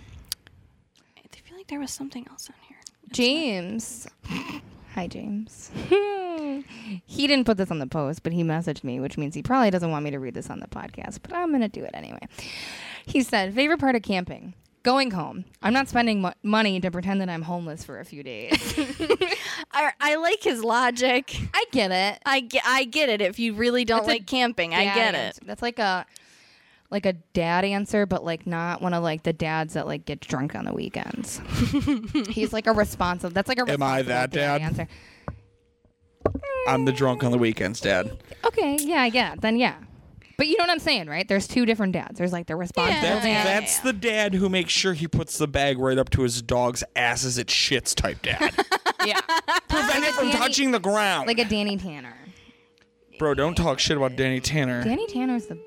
Speaker 2: I feel like there was something else on here.
Speaker 4: James. Hi, James. he didn't put this on the post, but he messaged me, which means he probably doesn't want me to read this on the podcast, but I'm going to do it anyway. He said, favorite part of camping? Going home. I'm not spending mo- money to pretend that I'm homeless for a few days.
Speaker 2: I, I like his logic.
Speaker 4: I get it.
Speaker 2: I get, I get it. If you really don't
Speaker 4: That's a
Speaker 2: like camping, I
Speaker 4: dad
Speaker 2: get it.
Speaker 4: answer. That's like a like a dad answer, but like not one of like the dads that like get drunk on the weekends. He's like a responsible. That's like a.
Speaker 5: Am I
Speaker 4: responsible
Speaker 5: that dad?
Speaker 4: Answer.
Speaker 5: I'm the drunk on the weekends, Dad.
Speaker 4: Okay. Yeah. Yeah. Then yeah. But you know what I'm saying, right? There's two different dads. There's like the responsible
Speaker 5: That's,
Speaker 4: dad.
Speaker 5: that's the dad who makes sure he puts the bag right up to his dog's ass as it shits type dad.
Speaker 4: yeah.
Speaker 5: Prevent it from
Speaker 4: Danny-
Speaker 5: touching the ground.
Speaker 4: Like a Danny Tanner.
Speaker 5: Bro, don't talk shit about Danny Tanner.
Speaker 4: Danny Tanner's the.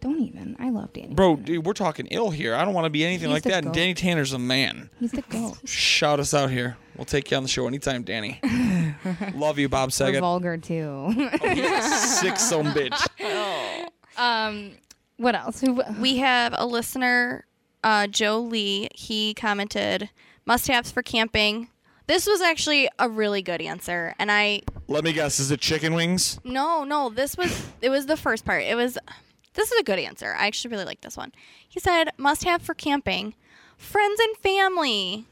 Speaker 4: Don't even. I love Danny.
Speaker 5: Bro, dude, we're talking ill here. I don't want to be anything
Speaker 4: He's
Speaker 5: like
Speaker 4: the
Speaker 5: that. And
Speaker 4: goat.
Speaker 5: Danny Tanner's a man.
Speaker 4: He's the goat.
Speaker 5: Shout us out here. We'll take you on the show anytime, Danny. Love you, Bob
Speaker 4: We're
Speaker 5: Saget.
Speaker 4: vulgar too.
Speaker 5: Sick some bitch.
Speaker 4: um. What else? Who?
Speaker 2: We have a listener, uh, Joe Lee. He commented, "Must haves for camping." This was actually a really good answer, and I
Speaker 5: Let me guess, is it chicken wings?
Speaker 2: No, no. This was it was the first part. It was this is a good answer. I actually really like this one. He said must have for camping, friends and family.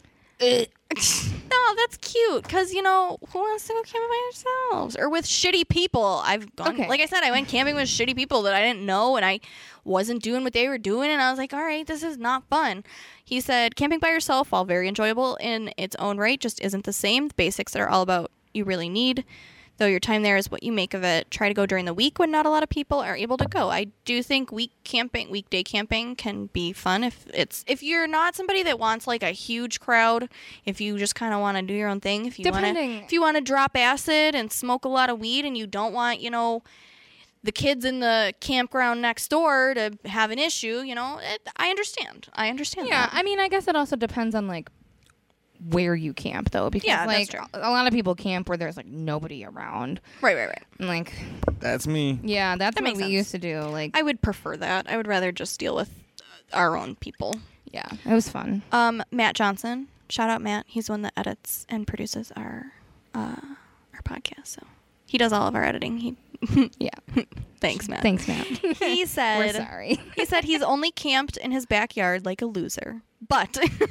Speaker 2: no, that's cute because you know who wants to go camping by themselves or with shitty people. I've gone
Speaker 4: Okay.
Speaker 2: like I said, I went camping with shitty people that I didn't know and I wasn't doing what they were doing, and I was like, all right, this is not fun. He said camping by yourself, while very enjoyable in its own right, just isn't the same. The basics that are all about you really need though your time there is what you make of it. Try to go during the week when not a lot of people are able to go. I do think week camping, weekday camping can be fun if it's if you're not somebody that wants like a huge crowd, if you just kind of want to do your own thing, if you want to
Speaker 4: Depending.
Speaker 2: if you want to drop acid and smoke a lot of weed and you don't want, you know, the kids in the campground next door to have an issue, you know, it, I understand. I understand
Speaker 4: Yeah,
Speaker 2: that.
Speaker 4: I mean, I guess it also depends on like where you camp though, because
Speaker 2: Yeah, that's
Speaker 4: like
Speaker 2: true.
Speaker 4: a lot of people camp where there's like nobody around.
Speaker 2: Right, right, right.
Speaker 4: And, like,
Speaker 5: That's me.
Speaker 4: yeah, that's what
Speaker 2: makes
Speaker 4: we
Speaker 2: sense.
Speaker 4: used to do. Like,
Speaker 2: I would prefer that. I would rather just deal with our own people.
Speaker 4: yeah, it was fun.
Speaker 2: Um, Matt Johnson. Shout out Matt. He's the one that edits and produces our uh, our podcast. So he does all of our editing. He
Speaker 4: Yeah,
Speaker 2: thanks Matt.
Speaker 4: thanks, Matt.
Speaker 2: He
Speaker 4: We're
Speaker 2: said
Speaker 4: sorry.
Speaker 2: he said he's only camped in his backyard like a loser. But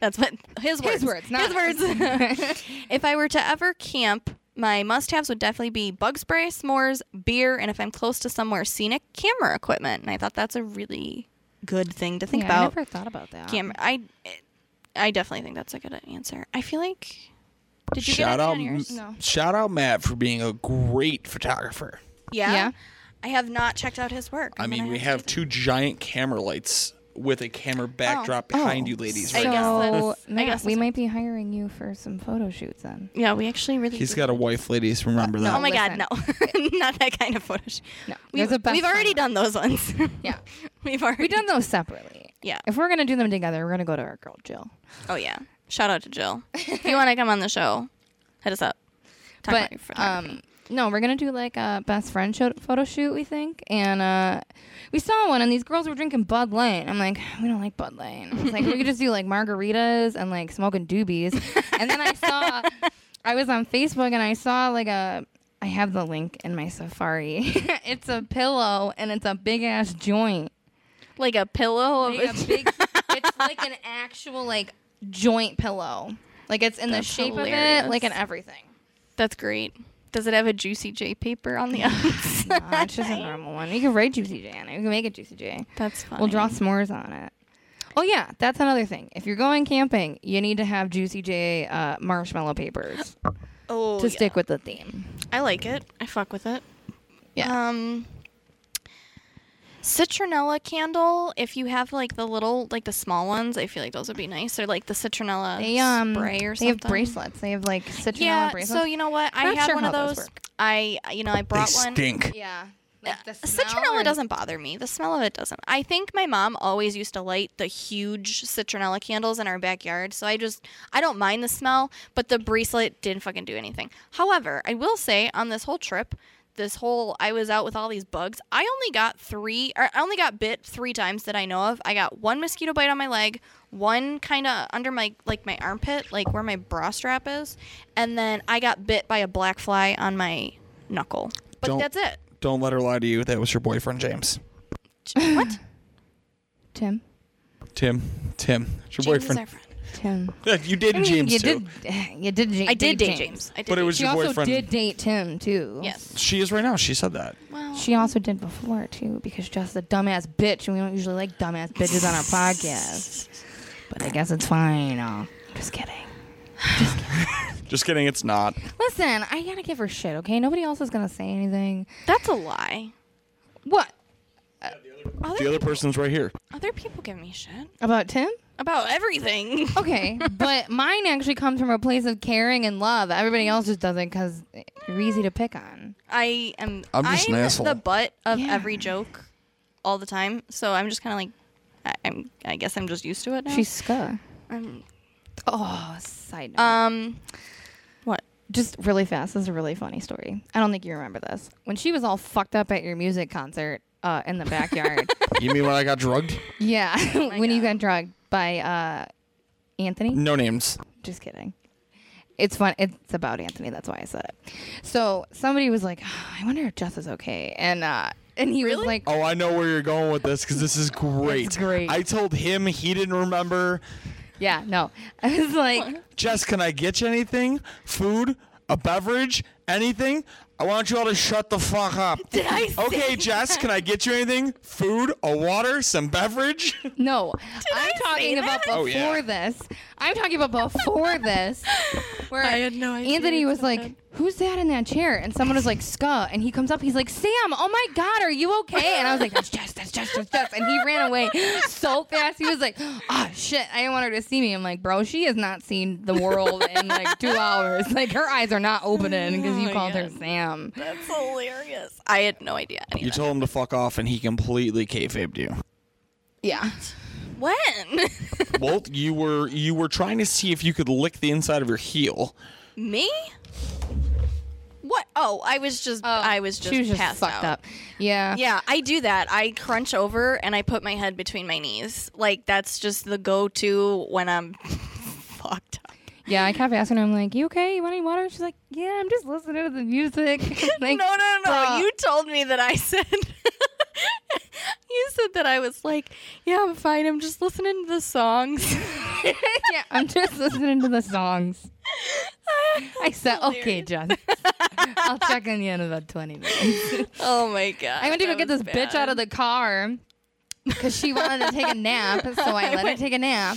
Speaker 2: that's what his words.
Speaker 4: His words, not
Speaker 2: His words. if I were to ever camp, my must-haves would definitely be bug spray, s'mores, beer, and if I'm close to somewhere scenic, camera equipment. And I thought that's a really good thing to think
Speaker 4: Yeah, I
Speaker 2: about.
Speaker 4: never thought about that.
Speaker 2: Camera. I, I definitely think that's a good answer. I feel like Did you
Speaker 5: Shout
Speaker 2: get any
Speaker 5: out,
Speaker 2: on yours?
Speaker 5: shout out Matt for being a great photographer.
Speaker 2: Yeah.
Speaker 4: Yeah.
Speaker 2: I have not checked out his work.
Speaker 5: I
Speaker 2: I'm
Speaker 5: mean,
Speaker 2: gonna
Speaker 5: we have two giant camera lights with a camera backdrop behind you, ladies.
Speaker 2: I
Speaker 5: Right
Speaker 2: guess
Speaker 5: now.
Speaker 4: So,
Speaker 2: that's- I guess
Speaker 4: Matt, Oh. we
Speaker 2: that's-
Speaker 4: might be hiring you for some photo shoots then.
Speaker 2: Yeah, we actually really.
Speaker 5: He's
Speaker 2: do.
Speaker 5: got a wife, ladies. Remember that.
Speaker 2: Oh my
Speaker 4: Listen.
Speaker 2: God, no, not that kind of photo. shoot.
Speaker 4: No,
Speaker 2: we've,
Speaker 4: there's a best
Speaker 2: we've already done
Speaker 4: friend.
Speaker 2: those ones.
Speaker 4: Yeah.
Speaker 2: we've already.
Speaker 4: We've done those separately.
Speaker 2: Yeah.
Speaker 4: If we're going to do them together, we're going to go to our girl, Jill.
Speaker 2: Oh yeah. Shout out to Jill. if you want to come on the show, hit us up. Talk about your
Speaker 4: but
Speaker 2: photography.
Speaker 4: um, no, we're gonna do like a best friend show- photo shoot, we think, and uh, we saw one, and these girls were drinking Bud Light. I'm like, we don't like Bud Light. I was like, we could just do like margaritas and like smoking doobies. and then I saw, I was on Facebook, and I saw like a. I have the link in my Safari. it's a pillow and it's a big ass joint.
Speaker 2: like a pillow of
Speaker 4: Like a big, it's like an actual like joint pillow. Like it's in
Speaker 2: That's
Speaker 4: the shape of
Speaker 2: hilarious.
Speaker 4: it, like in everything.
Speaker 2: That's great. Does it have a juicy J paper on the outside?
Speaker 4: Uh, it's just a normal one. You can write Juicy J on it. You can make it Juicy J.
Speaker 2: That's fun.
Speaker 4: We'll draw s'mores on it. Oh yeah, that's another thing. If you're going camping, you need to have Juicy J uh, marshmallow papers
Speaker 2: oh,
Speaker 4: to stick with the theme.
Speaker 2: I like it. I fuck with it.
Speaker 4: Yeah.
Speaker 2: Um, citronella candle. If you have like the little, like the small ones, I feel like those would be nice. Or like the citronella
Speaker 4: They um
Speaker 2: spray or
Speaker 4: they
Speaker 2: something.
Speaker 4: have bracelets. They have like citronella
Speaker 2: Yeah.
Speaker 4: bracelets.
Speaker 2: So you know what? I
Speaker 4: Not
Speaker 2: had
Speaker 4: sure
Speaker 2: one of
Speaker 4: how those
Speaker 2: those.
Speaker 4: work.
Speaker 2: I you know I
Speaker 5: They
Speaker 2: brought one.
Speaker 5: stink.
Speaker 4: yeah. Like the smell
Speaker 2: Citronella
Speaker 4: or-
Speaker 2: doesn't bother me. The smell of it doesn't. I think my mom always used to light the huge citronella candles in our backyard, so I just I don't mind the smell, but the bracelet didn't fucking do anything. However, I will say on this whole trip, this whole I was out with all these bugs. I only got 3 or I only got bit 3 times that I know of. I got one mosquito bite on my leg, one kind of under my like my armpit, like where my bra strap is, and then I got bit by a black fly on my knuckle. But
Speaker 5: Don't-
Speaker 2: that's it.
Speaker 5: Don't let her lie to you. That was your boyfriend, James.
Speaker 2: What?
Speaker 4: Tim.
Speaker 5: Tim. Tim.
Speaker 2: James
Speaker 5: It's your
Speaker 2: is our
Speaker 5: boyfriend.
Speaker 2: friend.
Speaker 4: Tim.
Speaker 5: you did
Speaker 4: I mean,
Speaker 5: James
Speaker 4: you
Speaker 5: too.
Speaker 4: did. You did. J-
Speaker 2: I did date James. I did.
Speaker 5: But it
Speaker 2: date
Speaker 5: was
Speaker 4: She
Speaker 5: your
Speaker 4: also
Speaker 5: boyfriend.
Speaker 4: did date Tim too.
Speaker 2: James. yes.
Speaker 5: She is right now. She said that.
Speaker 2: Well,
Speaker 4: She also did before too, because Jeff's a dumbass bitch, and we don't usually like dumbass bitches on our podcast. But I guess it's fine. Oh, just kidding.
Speaker 5: Just kidding. It's not.
Speaker 4: Listen, I gotta give her shit, okay? Nobody else is gonna say anything.
Speaker 2: that's a lie.
Speaker 4: What
Speaker 2: Other,
Speaker 5: The other person's right here.
Speaker 2: other people give me shit
Speaker 4: about Tim?
Speaker 2: about everything.
Speaker 4: Okay, but mine actually comes from a place of caring and love. Everybody else just doesn't because you're easy to pick on.
Speaker 2: I am.
Speaker 5: I'm just an asshole.
Speaker 2: the butt of
Speaker 4: Yeah.
Speaker 2: every joke, all the time. So I'm just kind of like, I, I'm. I guess I'm just used to it now.
Speaker 4: She's scuh.
Speaker 2: I'm-
Speaker 4: Oh, side note.
Speaker 2: um, what?
Speaker 4: just really fast. This is a really funny story. I don't think you remember this. When she was all fucked up at your music concert uh, in the backyard.
Speaker 5: You mean when I got drugged?
Speaker 4: Yeah, when you got drugged by uh, Anthony.
Speaker 5: No names.
Speaker 4: Just kidding. It's fun. It's about Anthony. That's why I said it. So somebody was like, "Ah, "I wonder if Jess is okay," and uh, and he was like,
Speaker 5: Oh, I know where you're going with this because this is great.
Speaker 4: It's great.
Speaker 5: I told him he didn't remember.
Speaker 4: "Yeah, no." I was like,
Speaker 5: Jess, can I get you anything? Food? A beverage? Anything? I want you all to shut the fuck up. Did I okay, Jess, can I get you anything? Food? A water? Some beverage?
Speaker 4: "No, I'm talking about before
Speaker 5: Oh, yeah.
Speaker 4: this. I'm talking about before this." Where
Speaker 2: I had no idea
Speaker 4: Anthony
Speaker 2: it's
Speaker 4: was like, "Who's that in that chair?" And someone was like, "Ska," and he comes up. He's like, "Sam, oh my God, are you okay?" And I was like, "That's Jess, that's Jess, that's Jess," and he ran away so fast. He was like, "Ah, shit, I didn't want her to see me." I'm like, "Bro, she has not seen the world in like two hours. Like her eyes are not opening because you called her Sam."
Speaker 2: That's hilarious. I had no idea. Any
Speaker 5: You
Speaker 2: of that.
Speaker 5: told him to fuck off and he completely kayfabed you.
Speaker 4: Yeah,
Speaker 2: when?
Speaker 5: well, you were you were trying to see if you could lick the inside of your heel.
Speaker 2: Me? What? Oh, I was just. I was just.
Speaker 4: she was just
Speaker 2: passed
Speaker 4: fucked
Speaker 2: out.
Speaker 4: up. Yeah,
Speaker 2: Yeah, I do that. I crunch over and I put my head between my knees. Like that's just the go-to when I'm fucked up.
Speaker 4: yeah. I kept asking her, "I'm like, you okay? You want any water?" She's like, "Yeah, I'm just listening to the music." like,
Speaker 2: no, no, no.
Speaker 4: bruh.
Speaker 2: You told me that I said. you said that I was like, yeah, I'm fine. I'm just listening to the songs.
Speaker 4: yeah, I'm just listening to the songs. I said, okay, John. I'll check in you in about 20 minutes.
Speaker 2: oh my god.
Speaker 4: I went to go
Speaker 2: that
Speaker 4: get
Speaker 2: was
Speaker 4: this bitch out of the car because she wanted to take a nap. So I, let her take a nap.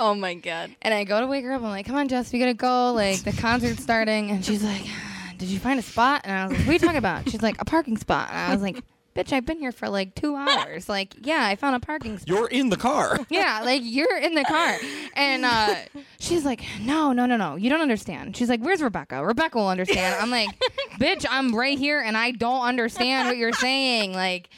Speaker 2: Oh my god.
Speaker 4: And I go to wake her up. I'm like, come on, Jess, we gotta go. Like, the concert's starting. And she's like, did you find a spot? And I was like, what are you talking about? She's like, a parking spot. And I was like, bitch, I've been here for like two hours. Like, yeah, I found a parking spot.
Speaker 5: You're in the car.
Speaker 4: yeah, like you're in the car. And uh, she's like, no, no, no, no. You don't understand. She's like, where's Rebecca? Rebecca will understand. I'm like, bitch, I'm right here and I don't understand what you're saying. Like,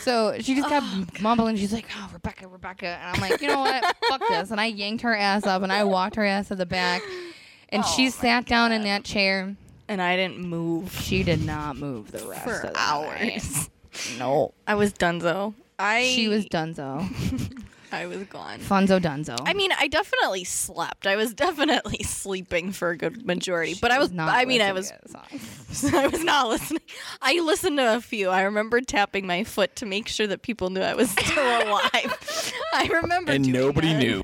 Speaker 4: so she just kept mumbling. She's like, oh, Rebecca, Rebecca. And I'm like, you know what? Fuck this. And I yanked her ass up and I walked her ass to the back. And
Speaker 2: Oh,
Speaker 4: she sat down in that chair.
Speaker 2: And I didn't move
Speaker 4: She did not move the rest of
Speaker 2: for
Speaker 4: the night.
Speaker 2: hours.
Speaker 4: No.
Speaker 2: I was donezo. I
Speaker 4: She was dunzo.
Speaker 2: I was gone.
Speaker 4: Funzo dunzo.
Speaker 2: I mean, I definitely slept. I was definitely sleeping for a good majority, but I was not. I mean, I was.
Speaker 4: listening to that song.
Speaker 2: I was not listening. I listened to a few. I remember tapping my foot to make sure that people knew I was still alive. I remember.
Speaker 5: And
Speaker 2: doing
Speaker 5: nobody
Speaker 2: that.
Speaker 5: knew.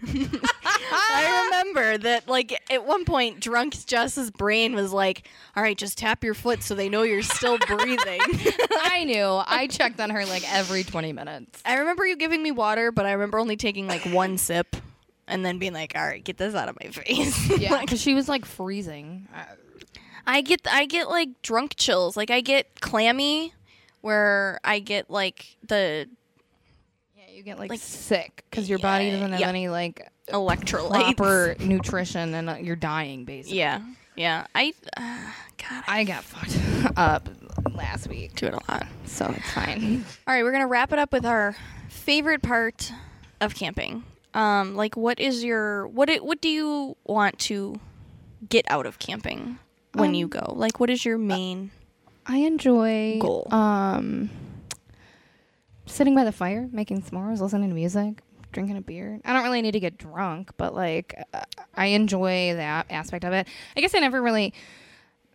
Speaker 2: I remember that, like, at one point, drunk Jess's brain was like, all right, just tap your foot so they know you're still breathing.
Speaker 4: I knew. I checked on her like every 20 minutes.
Speaker 2: I remember you giving me water, but I remember only taking, like, one sip and then being like, all right, get this out of my face.
Speaker 4: Yeah, because she was like freezing. Uh,
Speaker 2: I get I get like drunk chills. Like I get clammy where I get like the
Speaker 4: Yeah, you get like, sick because your body doesn't have
Speaker 2: yeah.
Speaker 4: any like
Speaker 2: electrolytes.
Speaker 4: proper nutrition and uh, you're dying basically.
Speaker 2: Yeah. Yeah. I uh, god, I
Speaker 4: I got fucked up last week,
Speaker 2: do it a lot.
Speaker 4: so it's fine.
Speaker 2: All right, we're going to wrap it up with our favorite part of camping. Um like what is your what it, what do you want to get out of camping when you go? Like what is your main
Speaker 4: I enjoy
Speaker 2: Goal.
Speaker 4: um sitting by the fire, making s'mores, listening to music, drinking a beer. I don't really need to get drunk, but like uh, I enjoy that aspect of it. I guess I never really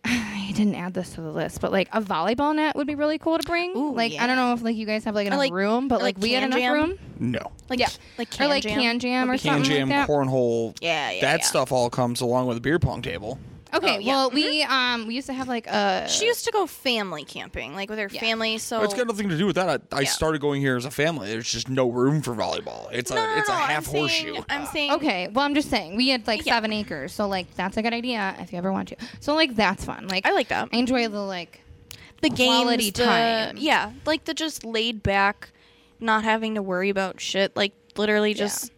Speaker 4: I didn't add this to the list, but like a volleyball net would be really cool to bring.
Speaker 2: Ooh,
Speaker 4: like
Speaker 2: yeah.
Speaker 4: I don't know if like you guys have like enough
Speaker 2: like-
Speaker 4: room, but
Speaker 2: or
Speaker 4: like,
Speaker 2: like
Speaker 4: we had
Speaker 2: can
Speaker 4: enough
Speaker 2: jam?
Speaker 4: room.
Speaker 5: No.
Speaker 2: like
Speaker 4: Yeah.
Speaker 2: like can
Speaker 4: Or like
Speaker 2: jam?
Speaker 4: can jam or
Speaker 5: Can
Speaker 4: something
Speaker 5: jam,
Speaker 4: like that.
Speaker 5: cornhole.
Speaker 2: Yeah, yeah,
Speaker 5: That
Speaker 2: yeah.
Speaker 5: stuff all comes along with a beer pong table.
Speaker 4: okay,
Speaker 2: Oh, yeah.
Speaker 4: well we um we used to have like a
Speaker 2: She used to go family camping, like with her family, so
Speaker 5: It's got nothing to do with that. I, I
Speaker 2: Yeah.
Speaker 5: started going here as a family. There's just no room for volleyball. It's
Speaker 2: no, no,
Speaker 5: a it's
Speaker 2: no,
Speaker 5: a half
Speaker 2: I'm
Speaker 5: horseshoe.
Speaker 2: Saying, I'm saying
Speaker 4: Okay, well, I'm just saying we had like
Speaker 2: Yeah.
Speaker 4: seven acres, so like that's a good idea if you ever want to. So like that's fun. Like
Speaker 2: I like that.
Speaker 4: I enjoy the like.
Speaker 2: the games,
Speaker 4: Quality
Speaker 2: the-
Speaker 4: time.
Speaker 2: Yeah, like the just laid back, not having to worry about shit. Like literally just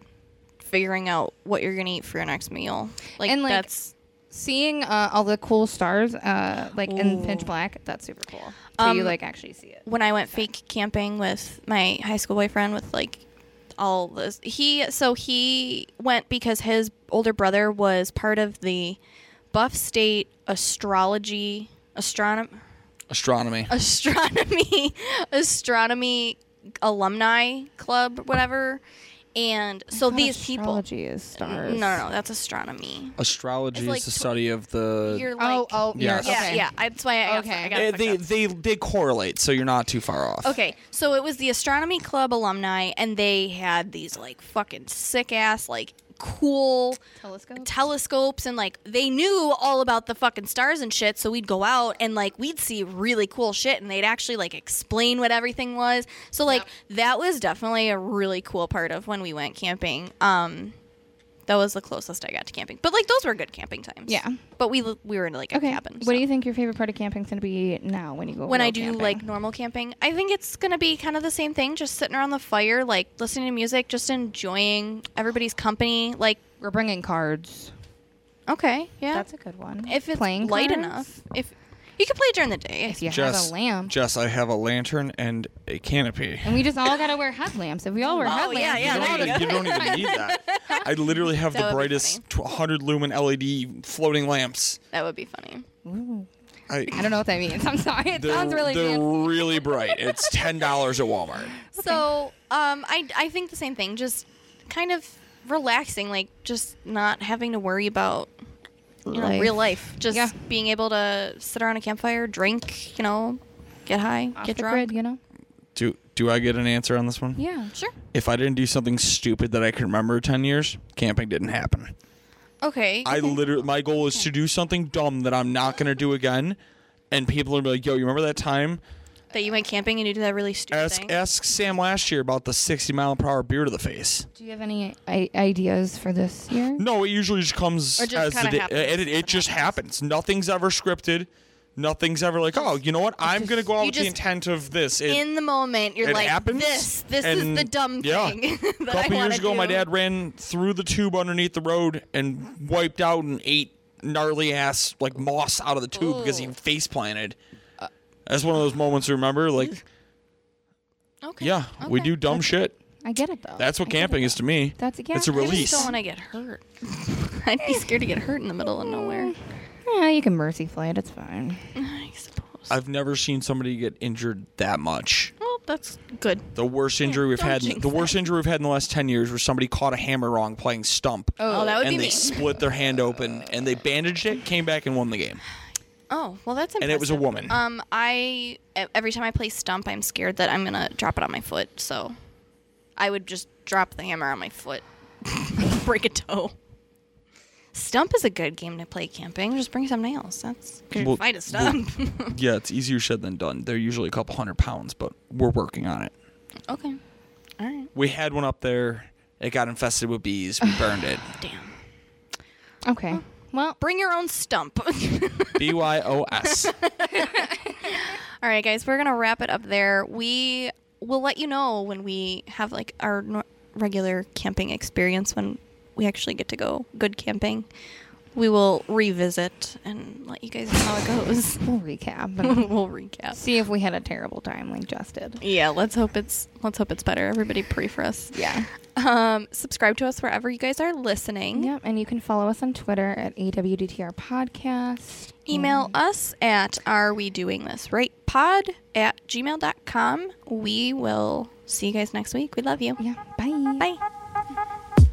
Speaker 2: figuring out what you're gonna eat for your next meal. Like,
Speaker 4: And, like,
Speaker 2: that's
Speaker 4: Seeing uh, all the cool stars, uh, like in
Speaker 2: Ooh.
Speaker 4: Pitch Black, that's super cool. So you
Speaker 2: Um,
Speaker 4: like actually see it.
Speaker 2: when I went fake camping with my high school boyfriend with like all this. He so he went because his older brother was part of the Buff State astrology astronom
Speaker 5: Astronomy.
Speaker 2: astronomy astronomy alumni club whatever and so these people
Speaker 4: Astrology is
Speaker 2: no
Speaker 4: stars.
Speaker 2: no no that's astronomy
Speaker 5: Astrology
Speaker 2: It's like
Speaker 5: is the
Speaker 2: tw-
Speaker 5: study of the.
Speaker 2: you're like
Speaker 4: Oh, oh, yeah,
Speaker 5: Yes.
Speaker 2: yeah
Speaker 4: okay.
Speaker 2: yeah I- that's why i got,
Speaker 4: Okay.
Speaker 2: I got
Speaker 5: Uh, Eh,
Speaker 2: fucked
Speaker 5: they,
Speaker 2: up.
Speaker 5: they they correlate, so you're not too far off.
Speaker 2: Okay, so it was the astronomy club alumni, and they had these like fucking sick ass like cool
Speaker 4: Telescope?
Speaker 2: telescopes and like they knew all about the fucking stars and shit so we'd go out and like we'd see really cool shit and they'd actually like explain what everything was so like that was definitely a really cool part of when we went camping um that was the closest i got to camping but like those were good camping times
Speaker 4: Yeah.
Speaker 2: but we we were in like a
Speaker 4: Okay.
Speaker 2: cabin
Speaker 4: what
Speaker 2: so
Speaker 4: do you think your favorite part of camping's gonna be now when you go?
Speaker 2: when I
Speaker 4: real
Speaker 2: do
Speaker 4: camping?
Speaker 2: like normal camping, I think it's gonna be kind of the same thing, just sitting around the fire, like listening to music, just enjoying everybody's company. Like,
Speaker 4: we're bringing cards.
Speaker 2: okay, yeah,
Speaker 4: That's a good one.
Speaker 2: if it's
Speaker 4: Playing
Speaker 2: light
Speaker 4: cards?
Speaker 2: enough, if you can play during the day,
Speaker 4: if you have
Speaker 5: Jess,
Speaker 4: a lamp,
Speaker 5: Jess, I have a lantern and a canopy.
Speaker 4: and we just all gotta wear headlamps. If we all wear
Speaker 2: Oh,
Speaker 4: headlamps,
Speaker 2: yeah, yeah,
Speaker 4: we go
Speaker 5: You don't,
Speaker 4: to
Speaker 5: even, you don't even need that. I literally have
Speaker 2: That
Speaker 5: the
Speaker 2: would be
Speaker 5: brightest tw- 100 lumen LED floating lamps.
Speaker 2: that would be funny.
Speaker 5: I,
Speaker 4: I don't know what that means. I'm sorry. It
Speaker 5: they're
Speaker 4: sounds really
Speaker 5: they're
Speaker 4: fancy.
Speaker 5: really bright. It's ten dollars at Walmart.
Speaker 2: So, um, I I think the same thing, just kind of relaxing, like just not having to worry about you know
Speaker 4: Life.
Speaker 2: real life, just
Speaker 4: Yeah.
Speaker 2: being able to sit around a campfire, drink, you know, get high, get
Speaker 4: the
Speaker 2: drunk.
Speaker 4: grid, you know?
Speaker 5: Do do I get an answer on this one?
Speaker 4: Yeah.
Speaker 2: Sure.
Speaker 5: If I didn't do something stupid that I can remember ten years, camping didn't happen.
Speaker 2: Okay.
Speaker 5: I literally my goal is to do something dumb that I'm not gonna do again, and people are like, "Yo, you remember that time?"
Speaker 2: That you went camping and you did that really stupid
Speaker 5: Ask,
Speaker 2: thing.
Speaker 5: ask Sam last year about the 60 mile per hour beer to the face.
Speaker 4: Do you have any I- ideas for this year?
Speaker 5: No, it usually just comes
Speaker 2: Or just
Speaker 5: as the
Speaker 2: kinda
Speaker 5: day.
Speaker 2: happens.
Speaker 5: It, it, it just happens. Nothing's ever scripted. Nothing's ever like, oh, you know what? I'm going to go out
Speaker 2: you
Speaker 5: with the
Speaker 2: just-
Speaker 5: intent of this. It,
Speaker 2: in the moment, you're
Speaker 5: it
Speaker 2: like,
Speaker 5: happens.
Speaker 2: this, this is
Speaker 5: and-
Speaker 2: the dumb
Speaker 5: yeah.
Speaker 2: thing.
Speaker 5: A
Speaker 2: that I
Speaker 5: couple years
Speaker 2: wanna
Speaker 5: ago,
Speaker 2: do.
Speaker 5: my dad ran through the tube underneath the road and wiped out and ate gnarly ass like moss out of the tube because he
Speaker 2: Ooh.
Speaker 5: face planted. That's one of those moments. Remember, like,
Speaker 2: Okay.
Speaker 5: yeah, we do dumb shit.
Speaker 4: I get it though.
Speaker 5: That's what camping is to me.
Speaker 4: That's yeah.
Speaker 5: It's a
Speaker 2: I just
Speaker 5: release.
Speaker 2: don't want to get hurt. I'd be scared to get hurt in the middle of nowhere.
Speaker 5: Mm.
Speaker 4: yeah, you can mercy flight. It's fine.
Speaker 2: I suppose.
Speaker 5: I've never seen somebody get injured that much.
Speaker 2: well, that's good.
Speaker 5: The worst injury we've
Speaker 2: don't
Speaker 5: had, in,
Speaker 2: jinx
Speaker 5: the
Speaker 2: it.
Speaker 5: worst injury we've had in the last ten years, was somebody caught a hammer wrong playing stump,
Speaker 2: Oh, that would
Speaker 5: and
Speaker 2: be
Speaker 5: they
Speaker 2: me.
Speaker 5: split their hand open, and they bandaged it, came back, and won the game.
Speaker 2: Oh, well, that's impressive.
Speaker 5: And it was a woman.
Speaker 2: Um, I e- every time I play stump, I'm scared that I'm gonna drop it on my foot. So, I would just drop the hammer on my foot, break a toe. Stump is a good game to play camping. Just bring some nails. That's good.
Speaker 5: Well,
Speaker 2: fight a stump.
Speaker 5: Yeah, it's easier said than done. They're usually a couple hundred pounds, but we're working on it.
Speaker 2: okay. All right.
Speaker 5: We had one up there. It got infested with bees. We burned it.
Speaker 2: Damn.
Speaker 4: Okay. Well,
Speaker 2: Bring your own stump.
Speaker 5: B Y O S.
Speaker 2: All right, guys, we're gonna wrap it up there. We will let you know when we have like our nor- regular camping experience when we actually get to go good camping. We will revisit and let you guys know how it goes.
Speaker 4: we'll recap and
Speaker 2: we'll recap.
Speaker 4: see if we had a terrible time like Jess did.
Speaker 2: Yeah, let's hope it's let's hope it's better. Everybody pray for us.
Speaker 4: Yeah.
Speaker 2: Um, subscribe to us wherever you guys are listening.
Speaker 4: Yep. And you can follow us on Twitter at AWDTR Podcast.
Speaker 2: Email
Speaker 4: Mm-hmm.
Speaker 2: us at are we doing this right pod at gmail.com. We will see you guys next week. We love you.
Speaker 4: Yeah. Bye.
Speaker 2: Bye.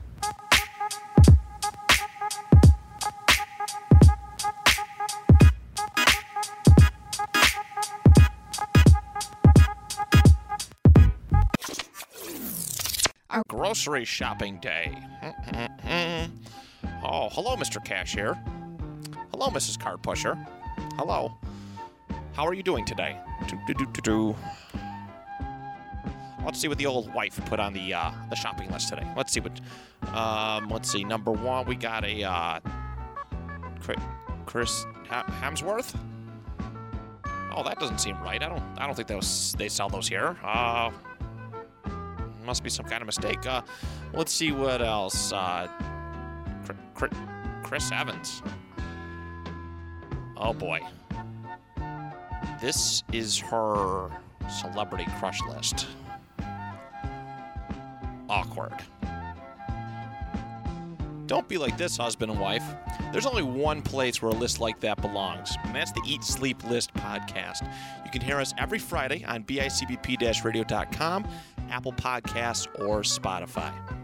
Speaker 6: grocery shopping day. oh, hello, Mr. Cashier. Hello, Mrs. Card Pusher. Hello. How are you doing today? Do-do-do-do-do. Let's see what the old wife put on the uh, the shopping list today. Let's see what. Um, let's see. Number one, we got a uh, Chri- Chris Ha- Hemsworth. Oh, that doesn't seem right. I don't. I don't think those they sell those here. Uh, must be some kind of mistake. Uh, let's see what else. Uh, Cr- Cr- Chris Evans. Oh boy. This is her celebrity crush list. Awkward. Don't be like this, husband and wife. There's only one place where a list like that belongs, and that's the Eat Sleep List podcast. You can hear us every Friday on bicbp-radio.com, Apple Podcasts, or Spotify.